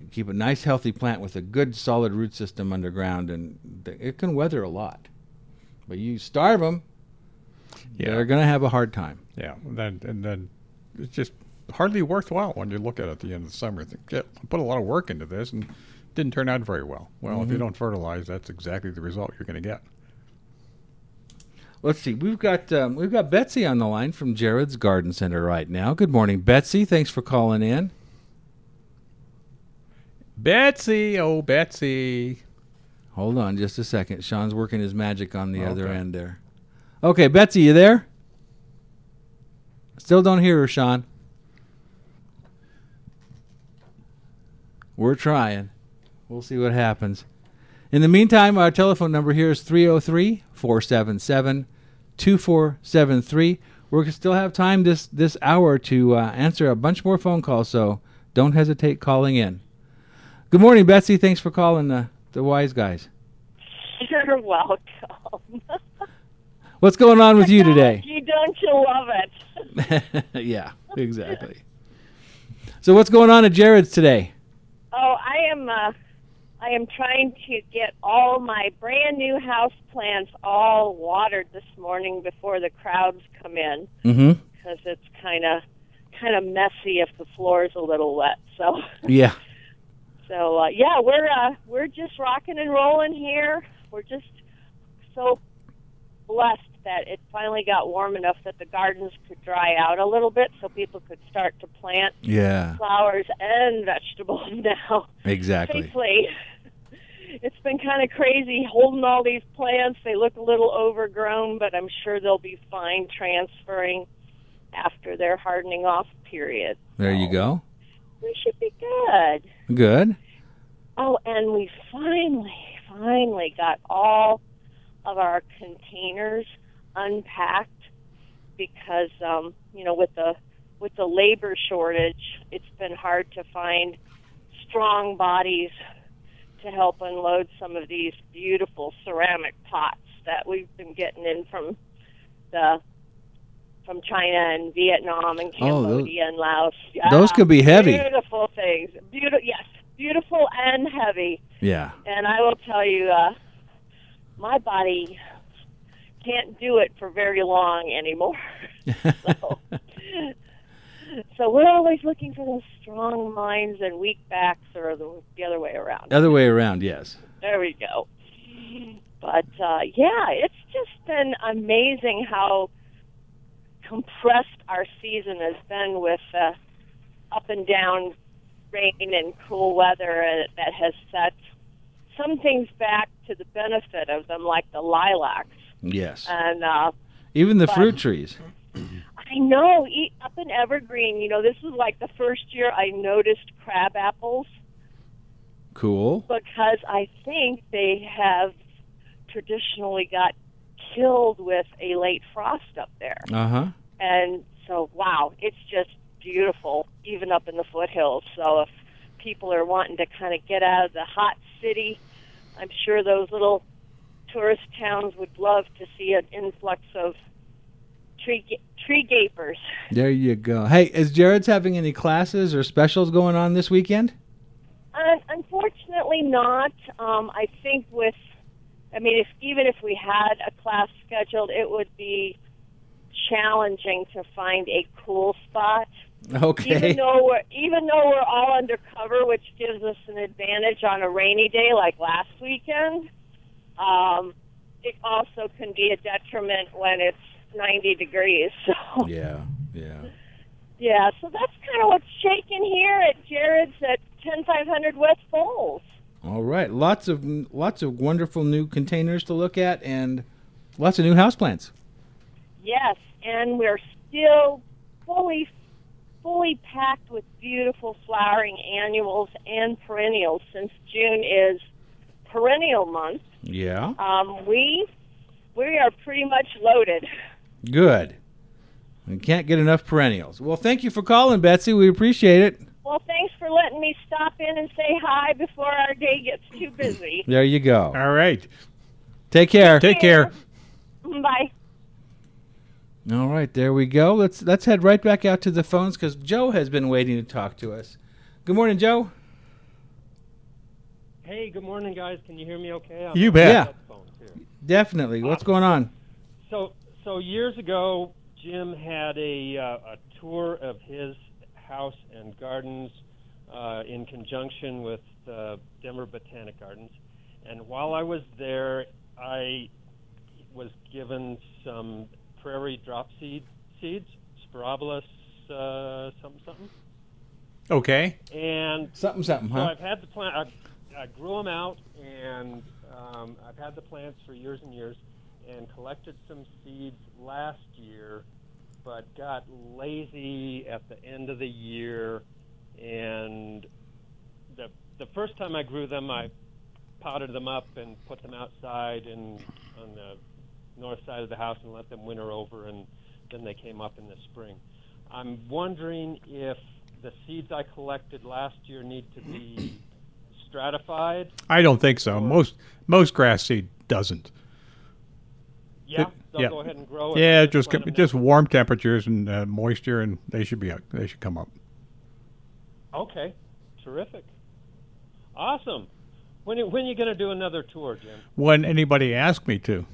Speaker 4: You keep a nice, healthy plant with a good, solid root system underground, and th- it can weather a lot. But you starve them, they're going to have a hard time.
Speaker 3: Yeah, and then and then it's just hardly worthwhile when you look at it at the end of the summer. You Think, yeah, I put a lot of work into this and it didn't turn out very well. Well, if you don't fertilize, that's exactly the result you're going to get.
Speaker 4: Let's see. We've got um, we've got Betsy on the line from Jared's Garden Center right now. Good morning, Betsy. Thanks for calling in.
Speaker 3: Betsy, oh Betsy,
Speaker 4: Hold on just a second. Sean's working his magic on the other
Speaker 3: Okay.
Speaker 4: end there. Okay, Betsy, you there? Still don't hear her, Sean. We're trying. We'll see what happens. In the meantime, our telephone number here is 303 477 2473. We're gonna still have time this, this hour to uh, answer a bunch more phone calls, so don't hesitate calling in. Good morning, Betsy. Thanks for calling the, the wise guys.
Speaker 13: You're welcome.
Speaker 4: What's going on with you today?
Speaker 13: Gee, don't you love it?
Speaker 4: yeah, exactly. So, what's going on at Jared's today?
Speaker 13: Oh, I am. Uh, I am trying to get all my brand new house plants all watered this morning before the crowds come in
Speaker 4: Mm
Speaker 13: because it's kind of kind of messy if the floor is a little wet. So,
Speaker 4: Yeah.
Speaker 13: so uh, yeah, we're uh, we're just rocking and rolling here. We're just so blessed that it finally got warm enough that the gardens could dry out a little bit, so people could start to plant
Speaker 4: Yeah.
Speaker 13: flowers and vegetables now.
Speaker 4: Exactly.
Speaker 13: Safely. It's been kind of crazy holding all these plants. They look a little overgrown, but I'm sure they'll be fine transferring after their hardening off period.
Speaker 4: There you go.
Speaker 13: We should be good.
Speaker 4: Good.
Speaker 13: Oh, and we finally, finally got all of our containers unpacked because, um, you know, with the with the labor shortage, it's been hard to find strong bodies to help unload some of these beautiful ceramic pots that we've been getting in from the from China and Vietnam and
Speaker 4: Oh, those-
Speaker 13: Cambodia and Laos.
Speaker 4: those could be heavy.
Speaker 13: Beautiful things. Beautiful, yes, beautiful and heavy.
Speaker 4: Yeah.
Speaker 13: And I will tell you, uh, my body can't do it for very long anymore. so, so we're always looking for those strong minds and weak backs, or the, the other way around.
Speaker 4: Other way around, yes.
Speaker 13: There we go. But uh, yeah, it's just been amazing how compressed our season has been with uh, up and down rain and cool weather and that has set some things back to the benefit of them, like the lilacs.
Speaker 4: Yes.
Speaker 13: And uh,
Speaker 4: Even the
Speaker 13: but-
Speaker 4: fruit trees.
Speaker 13: I know, eat up in Evergreen, you know, this is like the first year I noticed crab apples
Speaker 4: Cool.
Speaker 13: because I think they have traditionally got killed with a late frost up there.
Speaker 4: Uh huh.
Speaker 13: And so, wow, it's just beautiful, even up in the foothills. So, if people are wanting to kind of get out of the hot city, I'm sure those little tourist towns would love to see an influx of tree ga- tree gapers.
Speaker 4: There you go. Hey, is Jared's having any classes or specials going on this weekend?
Speaker 13: Un unfortunately, not. Um, I think with, I mean, if even if we had a class scheduled, it would be challenging to find a cool spot.
Speaker 4: Okay.
Speaker 13: Even though we're even though we're all undercover, which gives us an advantage on a rainy day like last weekend, um, it also can be a detriment when it's 90 degrees. So
Speaker 4: Yeah. Yeah.
Speaker 13: yeah, so that's kind of what's shaking here at Jared's at 10500 West Falls.
Speaker 4: All right. Lots of lots of wonderful new containers to look at and lots of new houseplants.
Speaker 13: Yes, and we're still fully fully packed with beautiful flowering annuals and perennials since June is perennial month.
Speaker 4: Yeah.
Speaker 13: Um, we we are pretty much loaded.
Speaker 4: Good. We can't get enough perennials. Well, thank you for calling, Betsy. We appreciate it.
Speaker 13: Well, thanks for letting me stop in and say hi before our day gets too busy.
Speaker 4: There you go.
Speaker 3: All right.
Speaker 4: Take care.
Speaker 3: Take care.
Speaker 13: Bye.
Speaker 4: All right, there we go. Let's let's head right back out to the phones because Joe has been waiting to talk to us. Good morning, Joe.
Speaker 14: Hey, good morning, guys. Can you hear me okay?
Speaker 4: You
Speaker 14: on
Speaker 4: bet.
Speaker 14: the
Speaker 4: Yeah.
Speaker 14: headphones here.
Speaker 4: Definitely. What's going on?
Speaker 14: So, so years ago, Jim had a uh, a tour of his house and gardens uh, in conjunction with the Denver Botanic Gardens, and while I was there, I was given some prairie drop seed seeds, Spirabolus uh, something something.
Speaker 3: Okay.
Speaker 14: And
Speaker 4: Something, something,
Speaker 14: so
Speaker 4: huh?
Speaker 14: I've had the plant. I've, I grew them out, and um, I've had the plants for years and years, and collected some seeds last year, but got lazy at the end of the year, and the the first time I grew them, I potted them up and put them outside and on the north side of the house and let them winter over, and then they came up in the spring. I'm wondering if the seeds I collected last year need to be stratified?
Speaker 3: I don't think so. Most most grass seed doesn't.
Speaker 14: Yeah,
Speaker 3: It-
Speaker 14: they'll go ahead and grow it.
Speaker 3: Yeah,
Speaker 14: Just
Speaker 3: just
Speaker 14: plant
Speaker 3: co- just warm temperatures and uh, moisture, and they should be up- they should come up.
Speaker 14: Okay, terrific, awesome. When you- when you going to do another tour, Jim?
Speaker 3: When anybody asks me to,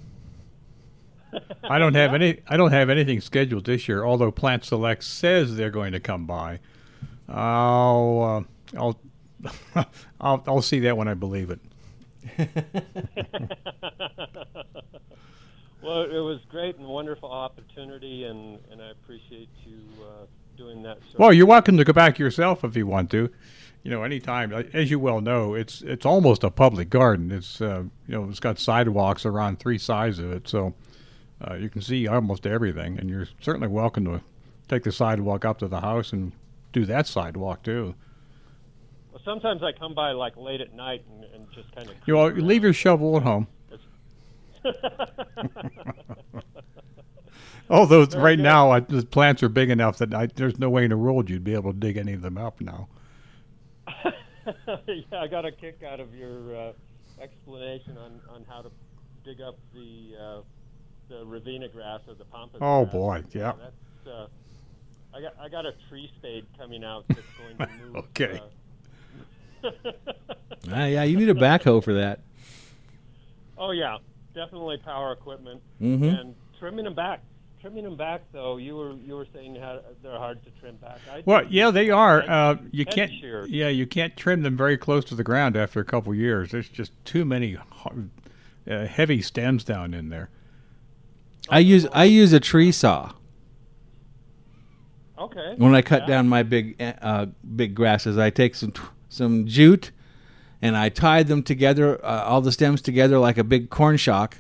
Speaker 3: I don't have any I don't have anything scheduled this year. Although Plant Select says they're going to come by, I'll uh, I'll, I'll I'll see that when I believe it.
Speaker 14: well, it was great and wonderful opportunity, and, and I appreciate you uh, doing that. sort
Speaker 3: Well,
Speaker 14: of-
Speaker 3: you're welcome to go back yourself if you want to. You know, anytime. uh, As you well know, it's it's almost a public garden. It's uh, you know, it's got sidewalks around three sides of it, so uh, you can see almost everything. And you're certainly welcome to take the sidewalk up to the house and do that sidewalk too.
Speaker 14: Well, sometimes I come by like late at night and, and just kind of.
Speaker 3: You all, you leave your shovel at home. Although
Speaker 14: Very
Speaker 3: right
Speaker 14: good.
Speaker 3: now I, the plants are big enough that I, there's no way in the world you'd be able to dig any of them up now.
Speaker 14: yeah, I got a kick out of your uh, explanation on, on how to dig up the uh, the Ravina grass or the pampas.
Speaker 3: Oh,
Speaker 14: grass.
Speaker 3: boy,
Speaker 14: You
Speaker 3: yeah.
Speaker 14: know, That's, uh, I got I got a tree spade coming out that's going to move.
Speaker 3: Okay.
Speaker 14: uh,
Speaker 4: Ah, yeah, you need a backhoe for that.
Speaker 14: Oh yeah, definitely power equipment
Speaker 4: Mhm.
Speaker 14: and trimming them back. Trimming them back, though, you were you were saying how they're hard to trim back. I
Speaker 3: Well,
Speaker 14: think
Speaker 3: yeah, they are.
Speaker 14: head-
Speaker 3: Uh, you
Speaker 14: head
Speaker 3: can't.
Speaker 14: shear.
Speaker 3: Yeah, you can't trim them very close to the ground after a couple years. There's just too many ho- uh, heavy stems down in there.
Speaker 4: I use I use a tree saw
Speaker 14: Okay.
Speaker 4: when I cut
Speaker 14: Yeah.
Speaker 4: down my big uh, uh, big grasses. I take some tw- some jute, and I tie them together, uh, all the stems together like a big corn shock,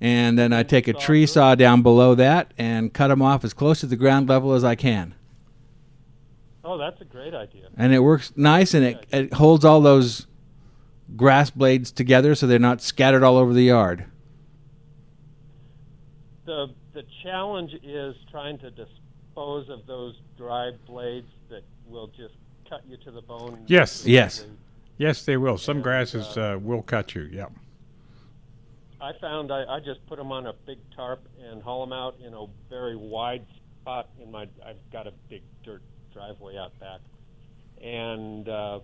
Speaker 4: and then I take a tree saw down below that and cut them off as close to the ground level as I can.
Speaker 14: Oh, that's a great idea.
Speaker 4: and it works nice and it, it holds all those grass blades together so they're not scattered all over the yard
Speaker 14: The the challenge is trying to dispose of those dry blades that will just cut you to the bone.
Speaker 3: Yes.
Speaker 4: Yes.
Speaker 3: Yes, they will. Some grasses uh, will cut you. Yeah.
Speaker 14: I found I, I just put them on a big tarp and haul them out in a very wide spot in my. I've got a big dirt driveway out back, and uh,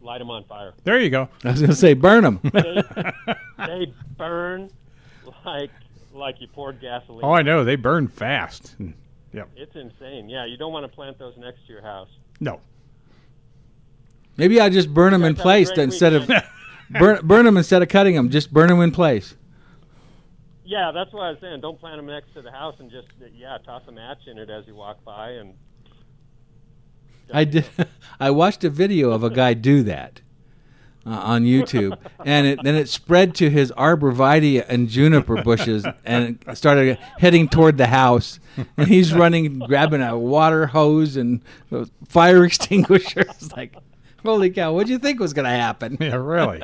Speaker 14: light them on fire.
Speaker 3: There you go.
Speaker 4: i was going to say burn them
Speaker 14: they, they burn like like you poured gasoline.
Speaker 3: Oh, I know. They burn fast. Mm, Yep.
Speaker 14: It's insane. Yeah, you don't want to plant those next to your house.
Speaker 3: No.
Speaker 4: maybe i just burn them in
Speaker 14: guys have a
Speaker 4: place
Speaker 14: great
Speaker 4: instead of
Speaker 14: weekend.
Speaker 4: burn, burn them instead of cutting them just burn them in place
Speaker 14: Yeah, that's what I was saying. Don't plant them next to the house and just yeah toss a match in it as you walk by and
Speaker 4: i did i watched a video of a guy do that uh, on youtube and it, then it spread to his arborvitae and juniper bushes and it started heading toward the house and he's running grabbing a water hose and a fire extinguisher it's like holy cow what'd you think was going to happen
Speaker 3: yeah really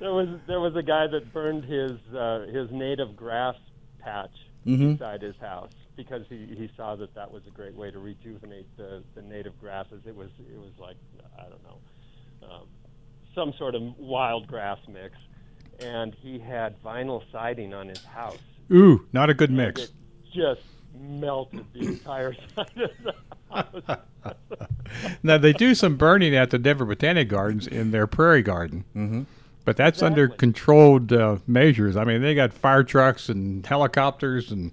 Speaker 14: There was there was a guy that burned his uh, his native grass patch
Speaker 4: Mhm.
Speaker 14: beside his house because he, he saw that that was a great way to rejuvenate the, the native grasses. It was it was like I don't know um, some sort of wild grass mix, and he had vinyl siding on his house.
Speaker 3: Ooh, not a good
Speaker 14: And
Speaker 3: mix.
Speaker 14: It just melted the entire side of the house.
Speaker 3: Now they do some burning at the Denver Botanic Gardens in their prairie garden, mm-hmm. but that's under controlled uh, measures. I mean, they got fire trucks and helicopters and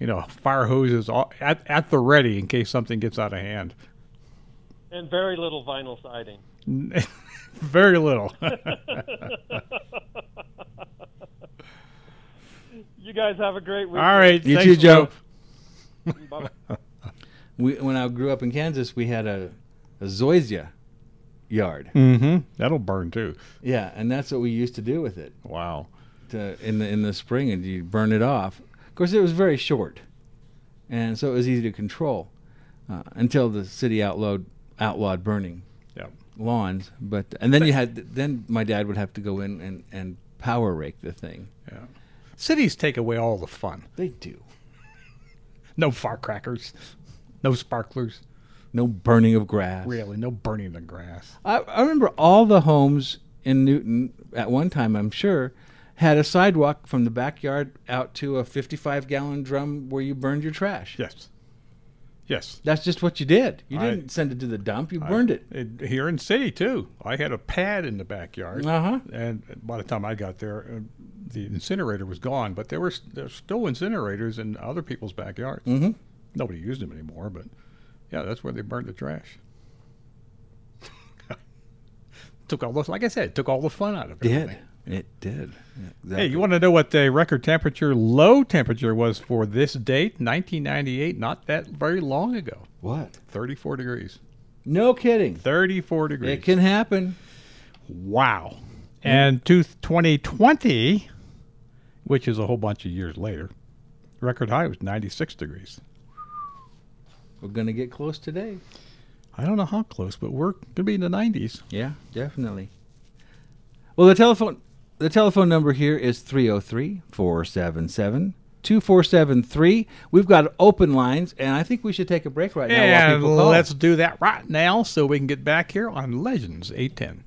Speaker 3: you know fire hoses all at at the ready in case something gets out of hand.
Speaker 14: and very little vinyl siding.
Speaker 3: Very little.
Speaker 14: you guys have a great week.
Speaker 3: All right,
Speaker 4: You
Speaker 3: thanks,
Speaker 4: too, Joe.
Speaker 14: Bye-bye.
Speaker 4: we, when i grew up in kansas we had a, a zoysia yard
Speaker 3: mm-hmm. That'll burn too.
Speaker 4: yeah and that's what we used to do with it
Speaker 3: Wow.
Speaker 4: to, in the in the spring and you burn it off. Of course, it was very short, and so it was easy to control uh, until the city outlawed outlawed burning
Speaker 3: Yep.
Speaker 4: lawns. But and then you had then my dad would have to go in and and power rake the thing.
Speaker 3: Yeah. Cities take away all the fun.
Speaker 4: They do.
Speaker 3: No firecrackers. No sparklers.
Speaker 4: No burning of grass.
Speaker 3: Really, no burning the grass.
Speaker 4: I, I remember all the homes in Newton at one time, I'm sure, had a sidewalk from the backyard out to a 55 gallon drum where you burned your trash.
Speaker 3: Yes. Yes.
Speaker 4: That's just what you did. You
Speaker 3: I-
Speaker 4: didn't send it to the dump, you
Speaker 3: I-
Speaker 4: burned it.
Speaker 3: here in city too. I had a pad in the backyard,
Speaker 4: Uh-huh.
Speaker 3: and by the time I got there, uh, the incinerator was gone. But there were s- there's still incinerators in other people's backyards.
Speaker 4: Mhm.
Speaker 3: Nobody used them anymore, but yeah, that's where they burned the trash. took all the like I said, took all the fun out of it.
Speaker 4: Did. It did.
Speaker 3: Hey, you want to know what the record temperature, low temperature, was for this date, 1998? Not that very long ago.
Speaker 4: What?
Speaker 3: 34 degrees.
Speaker 4: No kidding.
Speaker 3: 34 degrees.
Speaker 4: It can happen.
Speaker 3: Wow. Mm-hmm. And to 2020, which is a whole bunch of years later, record high was 96 degrees.
Speaker 4: We're going to get close today.
Speaker 3: I don't know how close, but we're going to be in the 90s.
Speaker 4: Yeah, definitely. Well, the telephone the telephone number here is 303-477-2473. We've got open lines and I think we should take a break right now while
Speaker 3: And
Speaker 4: people call.
Speaker 3: let's do that right now so we can get back here on Legends 810.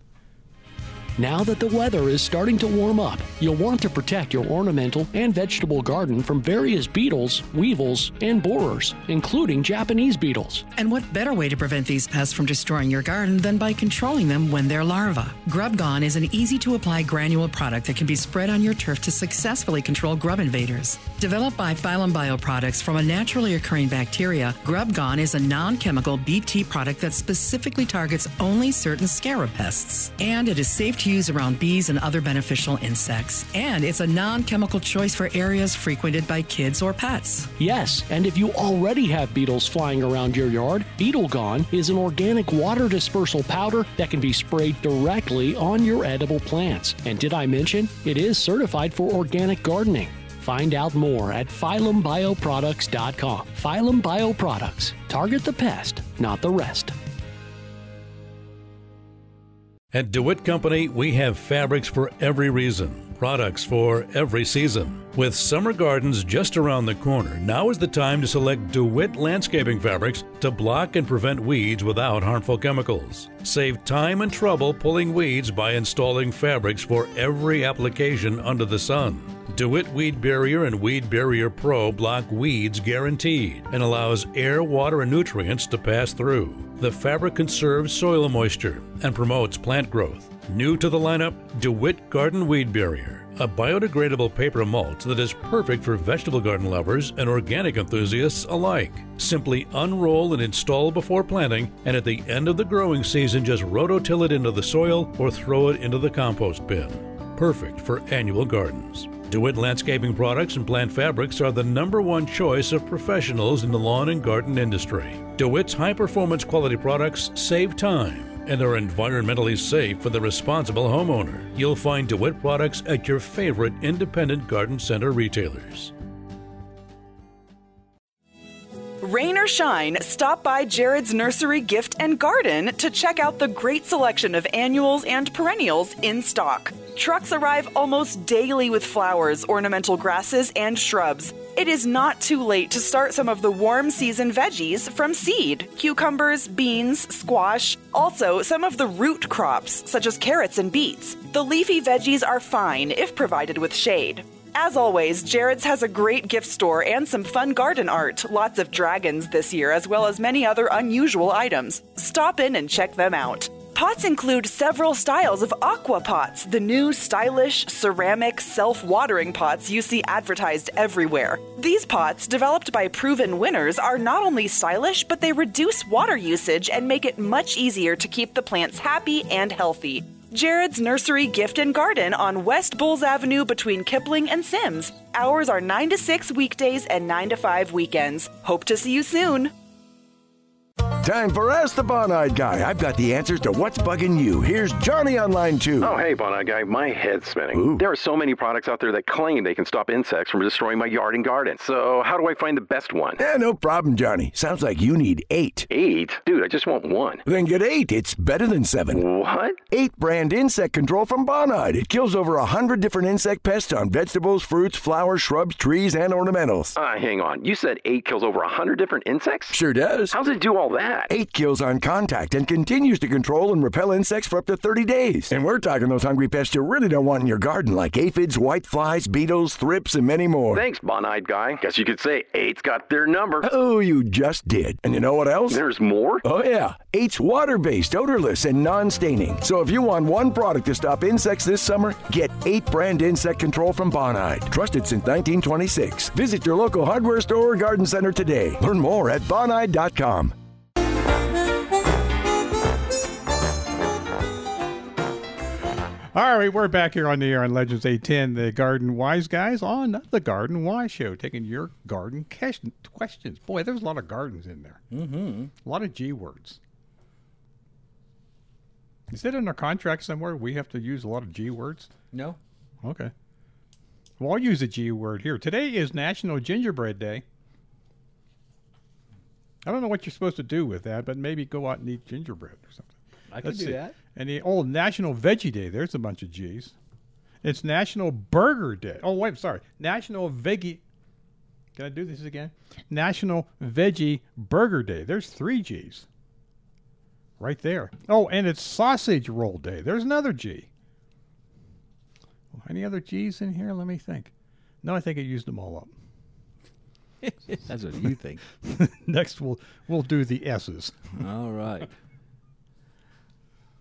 Speaker 15: Now that the weather is starting to warm up, you'll want to protect your ornamental and vegetable garden from various beetles, weevils, and borers, including Japanese beetles.
Speaker 16: And what better way to prevent these pests from destroying your garden than by controlling them when they're larvae? GrubGon is an easy to apply granule product that can be spread on your turf to successfully control grub invaders. Developed by Phylum Bio products from a naturally occurring bacteria, GrubGon is a non chemical BT product that specifically targets only certain scarab pests. And it is safe to use around bees and other beneficial insects. And it's a non chemical choice for areas frequented by kids or pets.
Speaker 15: Yes, and if you already have beetles flying around your yard, Beetle Gone is an organic water dispersal powder that can be sprayed directly on your edible plants. And did I mention it is certified for organic gardening? Find out more at phyllumbioproducts.com. Phylum Bioproducts. Target the pest, not the rest.
Speaker 17: At DeWitt Company, we have fabrics for every reason, products for every season. With summer gardens just around the corner, now is the time to select DeWitt landscaping fabrics to block and prevent weeds without harmful chemicals. Save time and trouble pulling weeds by installing fabrics for every application under the sun. DeWitt Weed Barrier and Weed Barrier Pro block weeds guaranteed and allows air, water, and nutrients to pass through. The fabric conserves soil moisture and promotes plant growth. New to the lineup, DeWitt Garden Weed Barrier, a biodegradable paper mulch that is perfect for vegetable garden lovers and organic enthusiasts alike. Simply unroll and install before planting, and at the end of the growing season, just rototill it into the soil or throw it into the compost bin perfect for annual gardens. DeWitt Landscaping Products and Plant Fabrics are the number one choice of professionals in the lawn and garden industry. DeWitt's high performance quality products save time and are environmentally safe for the responsible homeowner. You'll find DeWitt products at your favorite independent garden center retailers.
Speaker 18: Rain or shine, stop by Jared's Nursery Gift and Garden to check out the great selection of annuals and perennials in stock. Trucks arrive almost daily with flowers, ornamental grasses, and shrubs. It is not too late to start some of the warm season veggies from seed cucumbers, beans, squash, also some of the root crops, such as carrots and beets. The leafy veggies are fine if provided with shade. As always, Jared's has a great gift store and some fun garden art, lots of dragons this year, as well as many other unusual items. Stop in and check them out. Pots include several styles of aqua pots, the new stylish ceramic self watering pots you see advertised everywhere. These pots, developed by proven winners, are not only stylish, but they reduce water usage and make it much easier to keep the plants happy and healthy. Jared's Nursery Gift and Garden on West Bulls Avenue between Kipling and Sims. Hours are 9 to 6 weekdays and 9 to 5 weekends. Hope to see you soon.
Speaker 19: Time for Ask the Bon Eyed Guy. I've got the answers to what's bugging you. Here's Johnny on line two.
Speaker 20: Oh, hey, Bon Eye Guy, my head's spinning. There are so many products out there that claim they can stop insects from destroying my yard and garden. So, how do I find the best one?
Speaker 19: Yeah, no problem, Johnny. Sounds like you need eight.
Speaker 20: Eight? Dude, I just want one.
Speaker 19: Then get eight. It's better than seven.
Speaker 20: What?
Speaker 19: Eight brand insect control from Bonide. It kills over a hundred different insect pests on vegetables, fruits, flowers, shrubs, trees, and ornamentals.
Speaker 20: Uh, Ah, hang on. You said eight kills over a 100 different insects?
Speaker 19: Sure does.
Speaker 20: How's it do all that? that?
Speaker 19: Eight kills on contact and continues to control and repel insects for up to 30 days. And we're talking those hungry pests you really don't want in your garden, like aphids, whiteflies, beetles, thrips, and many more.
Speaker 20: Thanks, Bon-Eyed Guy. Guess you could say eight's got their number.
Speaker 19: Oh, you just did. And you know what else?
Speaker 20: There's more?
Speaker 19: Oh, yeah. Eight's water based, odorless, and non staining. So if you want one product to stop insects this summer, get 8 brand insect control from Bonide. Trusted since 1926. Visit your local hardware store or garden center today. Learn more at bonide.com.
Speaker 3: All right, we're back here on the air on Legends 810, the Garden Wise Guys on the Garden Wise Show, taking your garden ques- questions. Boy, there's a lot of gardens in there. Mm-hmm. A lot of G words. Is it in our contract somewhere we have to use a lot of G words?
Speaker 4: No.
Speaker 3: Okay. Well, I'll use a G word here. Today is National Gingerbread Day. I don't know what you're supposed to do with that, but maybe go out and eat gingerbread or something.
Speaker 4: I could do that.
Speaker 3: And the old National Veggie Day. There's a bunch of G's. It's National Burger Day. Oh, wait, sorry. National Veggie. Can I do this again? National Veggie Burger Day. There's three G's. Right there. Oh, and it's Sausage Roll Day. There's another G. Any other G's in here? Let me think. No, I think I used them all up.
Speaker 4: That's what you think.
Speaker 3: Next, we'll we'll do the S's.
Speaker 4: All right.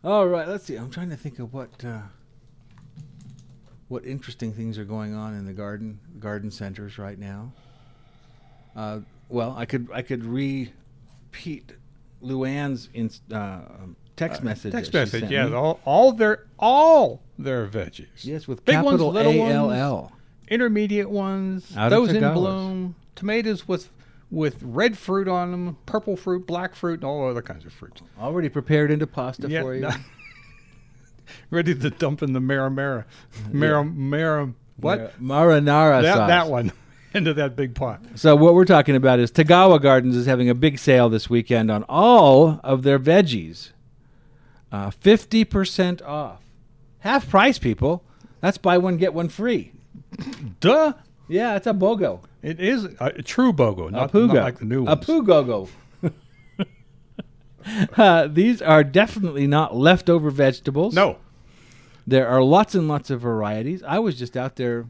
Speaker 4: All right. Let's see. I'm trying to think of what uh, what interesting things are going on in the garden garden centers right now. Uh, well, I could I could repeat Luann's in, uh, text message. that
Speaker 3: Text
Speaker 4: she
Speaker 3: message.
Speaker 4: sent
Speaker 3: Yeah,
Speaker 4: me.
Speaker 3: all, all their all their veggies.
Speaker 4: Yes, with
Speaker 3: Big ones,
Speaker 4: capital
Speaker 3: little ones,
Speaker 4: ALL.
Speaker 3: intermediate ones,
Speaker 4: Out of
Speaker 3: those in
Speaker 4: Tagalas.
Speaker 3: bloom, tomatoes with with red fruit on them, purple fruit, black fruit, and all other kinds of fruits.
Speaker 4: already prepared into pasta
Speaker 3: Yeah,
Speaker 4: for you.
Speaker 3: no. Ready to dump in the marinara, mara mara what
Speaker 4: Marinara
Speaker 3: that,
Speaker 4: sauce.
Speaker 3: that one into that big pot.
Speaker 4: So what we're talking about is Tagawa Gardens is having a big sale this weekend on all of their veggies. Uh, Fifty percent off, half price, people. That's buy one get one free.
Speaker 3: Duh.
Speaker 4: Yeah, it's a bogo.
Speaker 3: It is a, a true bogo, not,
Speaker 4: Pugo.
Speaker 3: not like the new
Speaker 4: A
Speaker 3: ones.
Speaker 4: pugogo. uh, these are definitely not leftover vegetables. No. There are lots and lots of varieties. I was just out there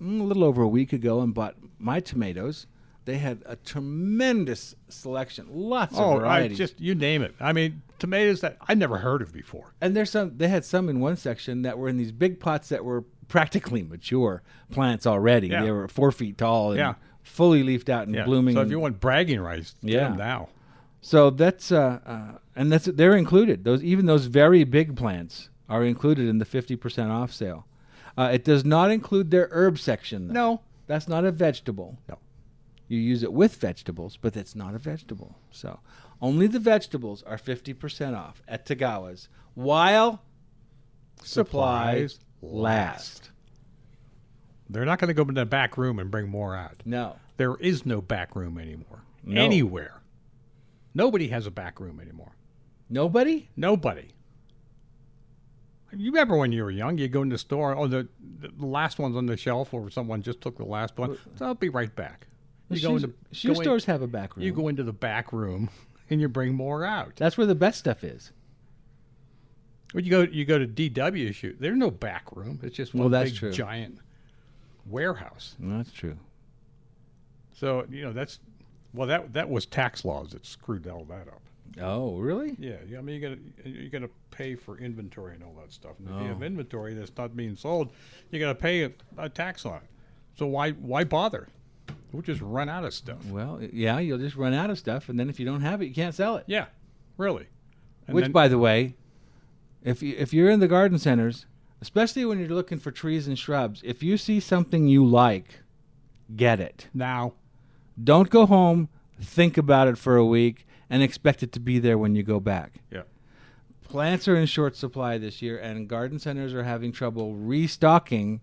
Speaker 4: mm, a little over a week ago and bought my tomatoes. They had a tremendous selection, lots
Speaker 3: oh,
Speaker 4: of varieties.
Speaker 3: I just you name it. I mean, tomatoes that I never heard of before.
Speaker 4: and there's some. They had some in one section that were in these big pots that were practically mature plants already.
Speaker 3: Yeah.
Speaker 4: They were four feet tall and
Speaker 3: Yeah.
Speaker 4: fully leafed out and
Speaker 3: Yeah,
Speaker 4: blooming.
Speaker 3: So if
Speaker 4: and-
Speaker 3: you want bragging rights, get 'em now.
Speaker 4: So that's uh, uh, and that's they're included. Those even those very big plants are included in the fifty percent off sale. Uh, it does not include their herb section. Though.
Speaker 3: No,
Speaker 4: that's not a vegetable.
Speaker 3: No,
Speaker 4: you use it with vegetables, but that's not a vegetable. So only the vegetables are fifty percent off at Tagawa's, while supplies,
Speaker 3: Supplies
Speaker 4: last.
Speaker 3: They're not going to go into the back room and bring more out.
Speaker 4: No.
Speaker 3: There is no back room anymore.
Speaker 4: No.
Speaker 3: Anywhere. Nobody has a back room anymore.
Speaker 4: Nobody?
Speaker 3: Nobody. You remember when you were young, you go in the store, oh, the, the last one's on the shelf, or someone just took the last one. So I'll be right back.
Speaker 4: Well,
Speaker 3: You go
Speaker 4: shoes-
Speaker 3: into,
Speaker 4: shoe
Speaker 3: go in-
Speaker 4: stores have a back
Speaker 3: You
Speaker 4: room.
Speaker 3: go into the back room and you bring more out.
Speaker 4: That's where the best stuff is.
Speaker 3: Well, you go you go to DW shoot. There's no back room. It's just one
Speaker 4: Well, that's
Speaker 3: big
Speaker 4: true.
Speaker 3: giant warehouse.
Speaker 4: That's true.
Speaker 3: So you know that's well that that was tax laws that screwed all that up.
Speaker 4: Oh, really?
Speaker 3: Yeah, yeah, I mean you got to you got to pay for inventory and all that stuff. And If you
Speaker 4: Oh.
Speaker 3: have inventory that's not being sold, you got to pay a, a tax on it. So why why bother? We'll just run out of stuff.
Speaker 4: Well, yeah, you'll just run out of stuff, and then if you don't have it, you can't sell it.
Speaker 3: Yeah, really. And
Speaker 4: Which,
Speaker 3: then-
Speaker 4: by the way, if you, if you're in the garden centers, especially when you're looking for trees and shrubs, if you see something you like, get it
Speaker 3: now.
Speaker 4: Don't go home, think about it for a week, and expect it to be there when you go back.
Speaker 3: Yeah.
Speaker 4: Plants are in short supply this year, and garden centers are having trouble restocking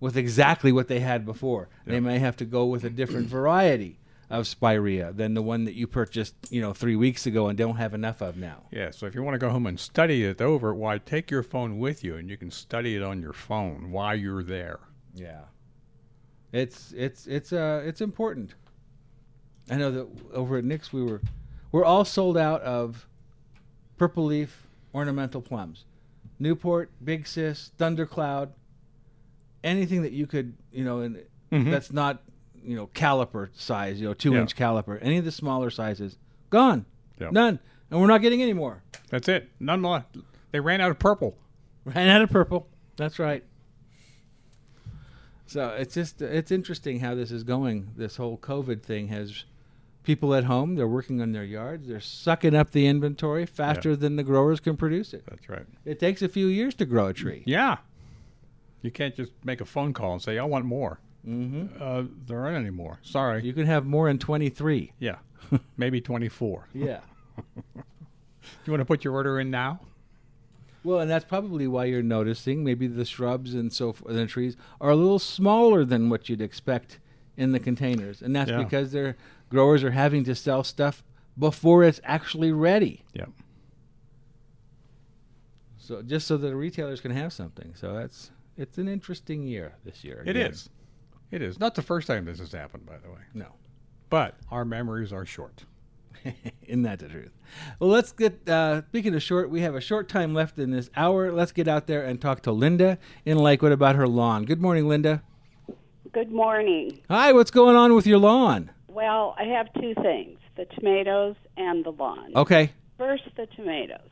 Speaker 4: with exactly what they had before. They may have to go with a different variety of spirea than the one that you purchased, you know, three weeks ago and don't have enough of now.
Speaker 3: Yeah, so if you want to go home and study it over, why take your phone with you and you can study it on your phone while you're there.
Speaker 4: Yeah. It's it's it's uh it's important. I know that over at Nick's we were We're all sold out of purple leaf ornamental plums. Newport, Big Sis, Thundercloud, anything that you could, you know, in,
Speaker 3: Mhm.
Speaker 4: that's not, you know, caliper size, you know, two
Speaker 3: Yeah.
Speaker 4: inch caliper, any of the smaller sizes, gone.
Speaker 3: Yeah.
Speaker 4: None. And we're not getting any more.
Speaker 3: That's it. None more. They ran out of purple.
Speaker 4: Ran out of purple. That's right. So it's just it's interesting how this is going. This whole COVID thing has people at home. They're working on their yards. They're sucking up the inventory faster than the growers can produce it.
Speaker 3: That's right.
Speaker 4: It takes a few years to grow a tree.
Speaker 3: Yeah. You can't just make a phone call and say, I want more. Mm-hmm. Uh, there aren't any more. Sorry.
Speaker 4: You can have more in 23.
Speaker 3: Yeah. Maybe 24.
Speaker 4: Yeah.
Speaker 3: You want to put your order in now?
Speaker 4: Well, and that's probably why you're noticing maybe the shrubs and so forth, the trees are a little smaller than what you'd expect in the containers, and that's
Speaker 3: Yeah.
Speaker 4: because their growers are having to sell stuff before it's actually ready.
Speaker 3: Yep.
Speaker 4: So just so the retailers can have something. So that's it's an interesting year this year.
Speaker 3: It is. It is. Not the first time this has happened, by the way.
Speaker 4: No.
Speaker 3: But our memories are short.
Speaker 4: Isn't that the truth? Well, let's get. Uh, speaking of short, we have a short time left in this hour. Let's get out there and talk to Linda in Lakewood about her lawn. Good morning, Linda.
Speaker 21: Good morning.
Speaker 4: Hi, what's going on with your lawn?
Speaker 21: Well, I have two things the tomatoes and the lawn.
Speaker 4: Okay.
Speaker 21: First, the tomatoes.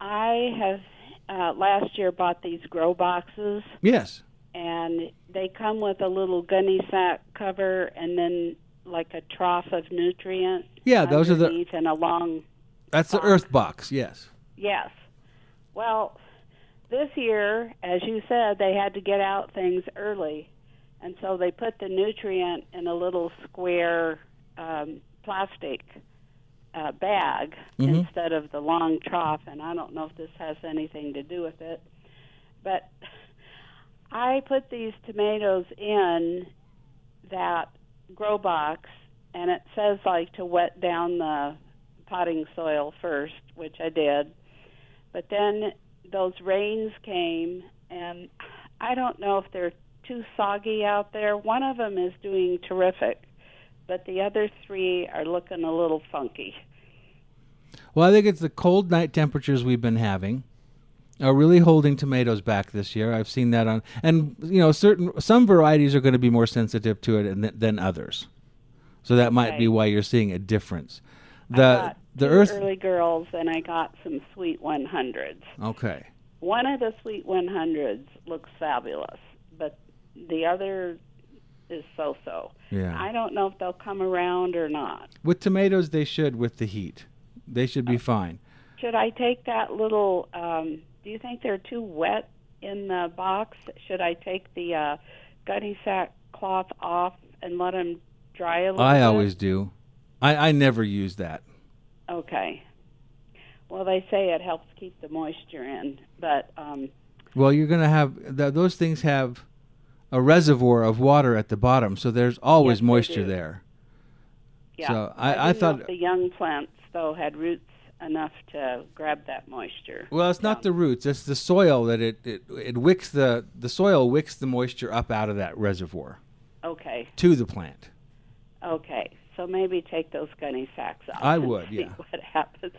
Speaker 21: I have uh, last year bought these grow boxes,
Speaker 4: Yes.
Speaker 21: and they come with a little gunny sack cover and then like a trough of nutrient.
Speaker 4: Yeah, those are the-
Speaker 21: underneath And a long,
Speaker 4: That's the earth box. Yes.
Speaker 21: yes. Well, this year, as you said, they had to get out things early, and so they put the nutrient in a little square um, plastic uh, bag
Speaker 4: Mm-hmm.
Speaker 22: Mhm.
Speaker 21: instead of the long trough. And I don't know if this has anything to do with it, but I put these tomatoes in that grow box, and it says like to wet down the potting soil first, which I did. But then those rains came, and I don't know if they're too soggy out there. One of them is doing terrific, but the other three are looking a little funky.
Speaker 4: Well, I think it's the cold night temperatures we've been having are really holding tomatoes back this year. I've seen that on, and you know, certain some varieties are going to be more sensitive to it and, than others, so that might be
Speaker 21: Right.
Speaker 4: why you're seeing a difference. The the
Speaker 21: Two
Speaker 4: earth.
Speaker 21: early girls, and I got some sweet 100s.
Speaker 4: Okay.
Speaker 21: One of the sweet 100s looks fabulous, but the other is so-so.
Speaker 4: Yeah.
Speaker 21: I don't know if they'll come around or not.
Speaker 4: With tomatoes, they should with the heat. They should
Speaker 21: Uh,
Speaker 4: be fine.
Speaker 21: Should I take that little? Um, do you think they're too wet in the box? Should I take the uh, gunny sack cloth off and let them dry a little?
Speaker 4: I
Speaker 21: bit?
Speaker 4: always do. I, I never use that.
Speaker 21: Okay. Well, they say it helps keep the moisture in, but um,
Speaker 4: Well, you're going to have th- those things have a reservoir of water at the bottom, so there's always
Speaker 21: Yes, they
Speaker 4: moisture
Speaker 21: do.
Speaker 4: there.
Speaker 21: yeah.
Speaker 4: So I- I
Speaker 21: didn't know
Speaker 4: thought-
Speaker 21: if the young plants though had roots enough to grab that moisture.
Speaker 4: Well, it's not the roots; it's the soil that it, it it wicks the the soil wicks the moisture up out of that reservoir
Speaker 21: Okay.
Speaker 4: to the plant.
Speaker 21: Okay. So maybe take those gunny sacks off.
Speaker 4: I
Speaker 21: and
Speaker 4: would,
Speaker 21: See
Speaker 4: yeah.
Speaker 21: what happens.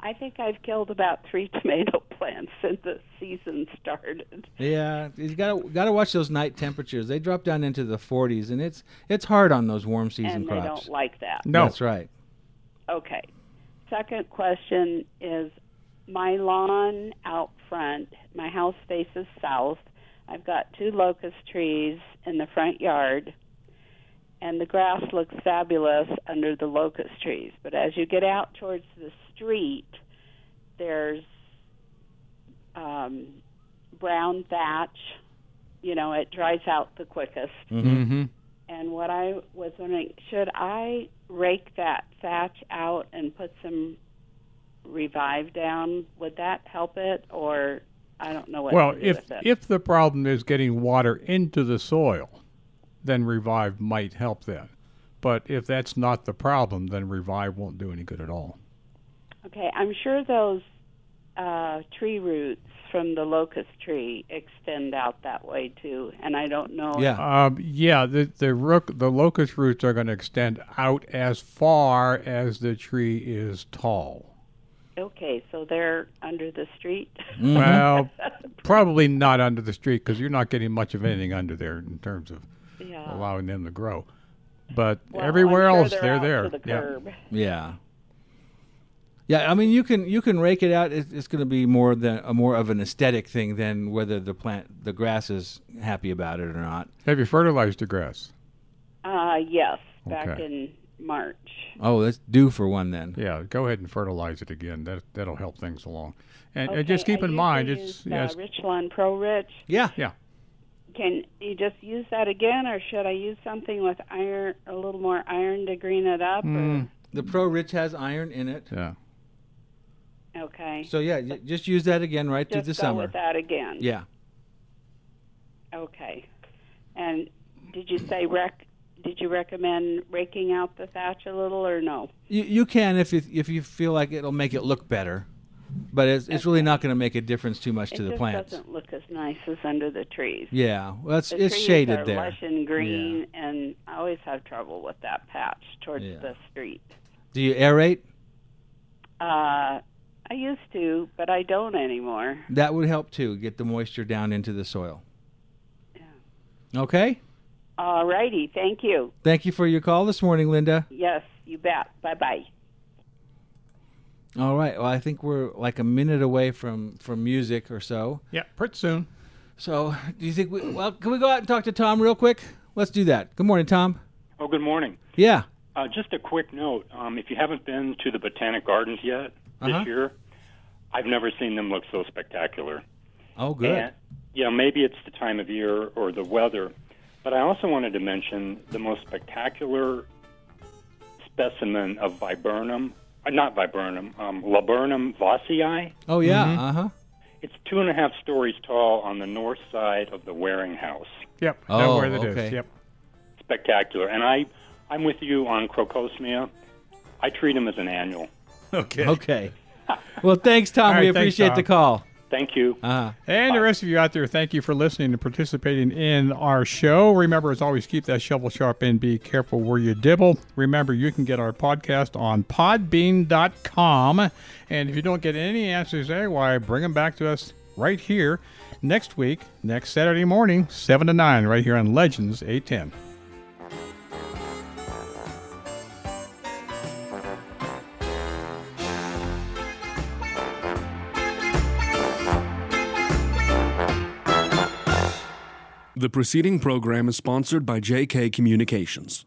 Speaker 21: I think I've killed about three tomato plants since the season started.
Speaker 4: Yeah, you gotta gotta watch those night temperatures. They drop down into the 40s, and it's it's hard on those warm season
Speaker 21: and
Speaker 4: crops.
Speaker 21: they don't like that.
Speaker 4: that's right.
Speaker 21: Okay. Second question is my lawn out front, my house faces south. I've got two locust trees in the front yard, and the grass looks fabulous under the locust trees. But as you get out towards the street, there's um, brown thatch. You know, it dries out the quickest.
Speaker 3: Mm-hmm.
Speaker 21: And what I was wondering, should I rake that thatch out and put some revive down? Would that help it, or I don't know what
Speaker 3: Well,
Speaker 21: to do
Speaker 3: if
Speaker 21: with it.
Speaker 3: if the problem is getting water into the soil, then revive might help that. But if that's not the problem, then revive won't do any good at all.
Speaker 21: okay, I'm sure those uh, tree roots from the locust tree extend out that way too, and I don't know. if-
Speaker 3: Um, yeah. The the rook, the locust roots are going to extend out as far as the tree is tall.
Speaker 21: Okay, so they're under the street.
Speaker 3: Mm. Well, probably not under the street because you're not getting much of anything under there in terms of
Speaker 21: Yeah.
Speaker 3: allowing them to grow. But
Speaker 21: Well,
Speaker 3: everywhere
Speaker 21: I'm sure
Speaker 3: else,
Speaker 21: they're
Speaker 3: they're,
Speaker 21: out to
Speaker 3: there.
Speaker 21: the
Speaker 3: yeah.
Speaker 21: curb.
Speaker 4: Yeah. Yeah, I mean you can you can rake it out. It's, it's going to be more than a more of an aesthetic thing than whether the plant the grass is happy about it or not.
Speaker 3: Have you fertilized the grass?
Speaker 21: Uh, yes, back
Speaker 3: Okay.
Speaker 21: in March.
Speaker 4: Oh, that's due for one then.
Speaker 3: Yeah, go ahead and fertilize it again. That that'll help things along. And,
Speaker 21: okay,
Speaker 3: and just keep
Speaker 21: I
Speaker 3: in
Speaker 21: used
Speaker 3: mind,
Speaker 21: to
Speaker 3: it's
Speaker 21: use,
Speaker 3: yeah,
Speaker 21: uh, Richland Pro Rich.
Speaker 4: yeah,
Speaker 3: yeah.
Speaker 21: Can you just use that again, or should I use something with iron, a little more iron to green it up?
Speaker 3: Mm,
Speaker 4: The Pro Rich has iron in it.
Speaker 3: Yeah.
Speaker 21: Or, okay.
Speaker 4: So yeah, y- just use that again right
Speaker 21: just
Speaker 4: through the
Speaker 21: go
Speaker 4: summer.
Speaker 21: with that again.
Speaker 4: Yeah.
Speaker 21: Okay. And did you say rec? Did you recommend raking out the thatch a little, or no?
Speaker 4: You you can if you, if you feel like it'll make it look better, but it's it's really not going to make a difference too much
Speaker 21: it
Speaker 4: to the
Speaker 21: just
Speaker 4: plants.
Speaker 21: doesn't look as nice as under the trees.
Speaker 4: Yeah, well, it's-
Speaker 21: The
Speaker 4: it's
Speaker 21: trees
Speaker 4: shaded
Speaker 21: are
Speaker 4: there.
Speaker 21: lush and green, and I always have trouble with that patch towards
Speaker 4: Yeah.
Speaker 21: the street.
Speaker 4: Do you aerate?
Speaker 21: Uh, I used to, but I don't anymore.
Speaker 4: That would help too. Get the moisture down into the soil. Okay.
Speaker 21: All righty, thank you.
Speaker 4: Thank you for your call this morning, Linda.
Speaker 21: Yes, you bet. Bye bye.
Speaker 4: All right. Well, I think we're like a minute away from from music or so.
Speaker 3: Yeah, pretty soon.
Speaker 4: So, do you think we? Well, can we go out and talk to Tom real quick? Let's do that. Good morning, Tom.
Speaker 23: Oh, good morning.
Speaker 4: Yeah.
Speaker 23: Uh, just a quick note. Um, if you haven't been to the Botanic Gardens yet
Speaker 4: Uh-huh.
Speaker 23: this year, I've never seen them look so spectacular.
Speaker 4: Oh, good.
Speaker 23: And, yeah, maybe it's the time of year or the weather, but I also wanted to mention the most spectacular specimen of viburnum, uh, not viburnum, um, laburnum vossii.
Speaker 4: Oh yeah.
Speaker 3: Mm-hmm.
Speaker 4: Uh huh.
Speaker 23: It's two and a half stories tall on the north side of the Waring House.
Speaker 3: Yep.
Speaker 4: Oh,
Speaker 3: know where that is.
Speaker 4: okay.
Speaker 3: Yep.
Speaker 23: Spectacular. And I, I'm with you on crocosmia. I treat them as an annual.
Speaker 4: Okay. Okay. Well, thanks, Tom.
Speaker 3: All
Speaker 4: we
Speaker 3: right, thanks,
Speaker 4: appreciate the
Speaker 3: Tom.
Speaker 4: call.
Speaker 23: Thank you.
Speaker 4: Uh-huh.
Speaker 3: And the rest of you out there, thank you for listening and participating in our show. Remember, as always, keep that shovel sharp and be careful where you dibble. Remember, you can get our podcast on podbean.com. And if you don't get any answers there, why bring them back to us right here next week, next Saturday morning, 7 to 9, right here on Legends 810.
Speaker 13: The preceding program is sponsored by JK Communications.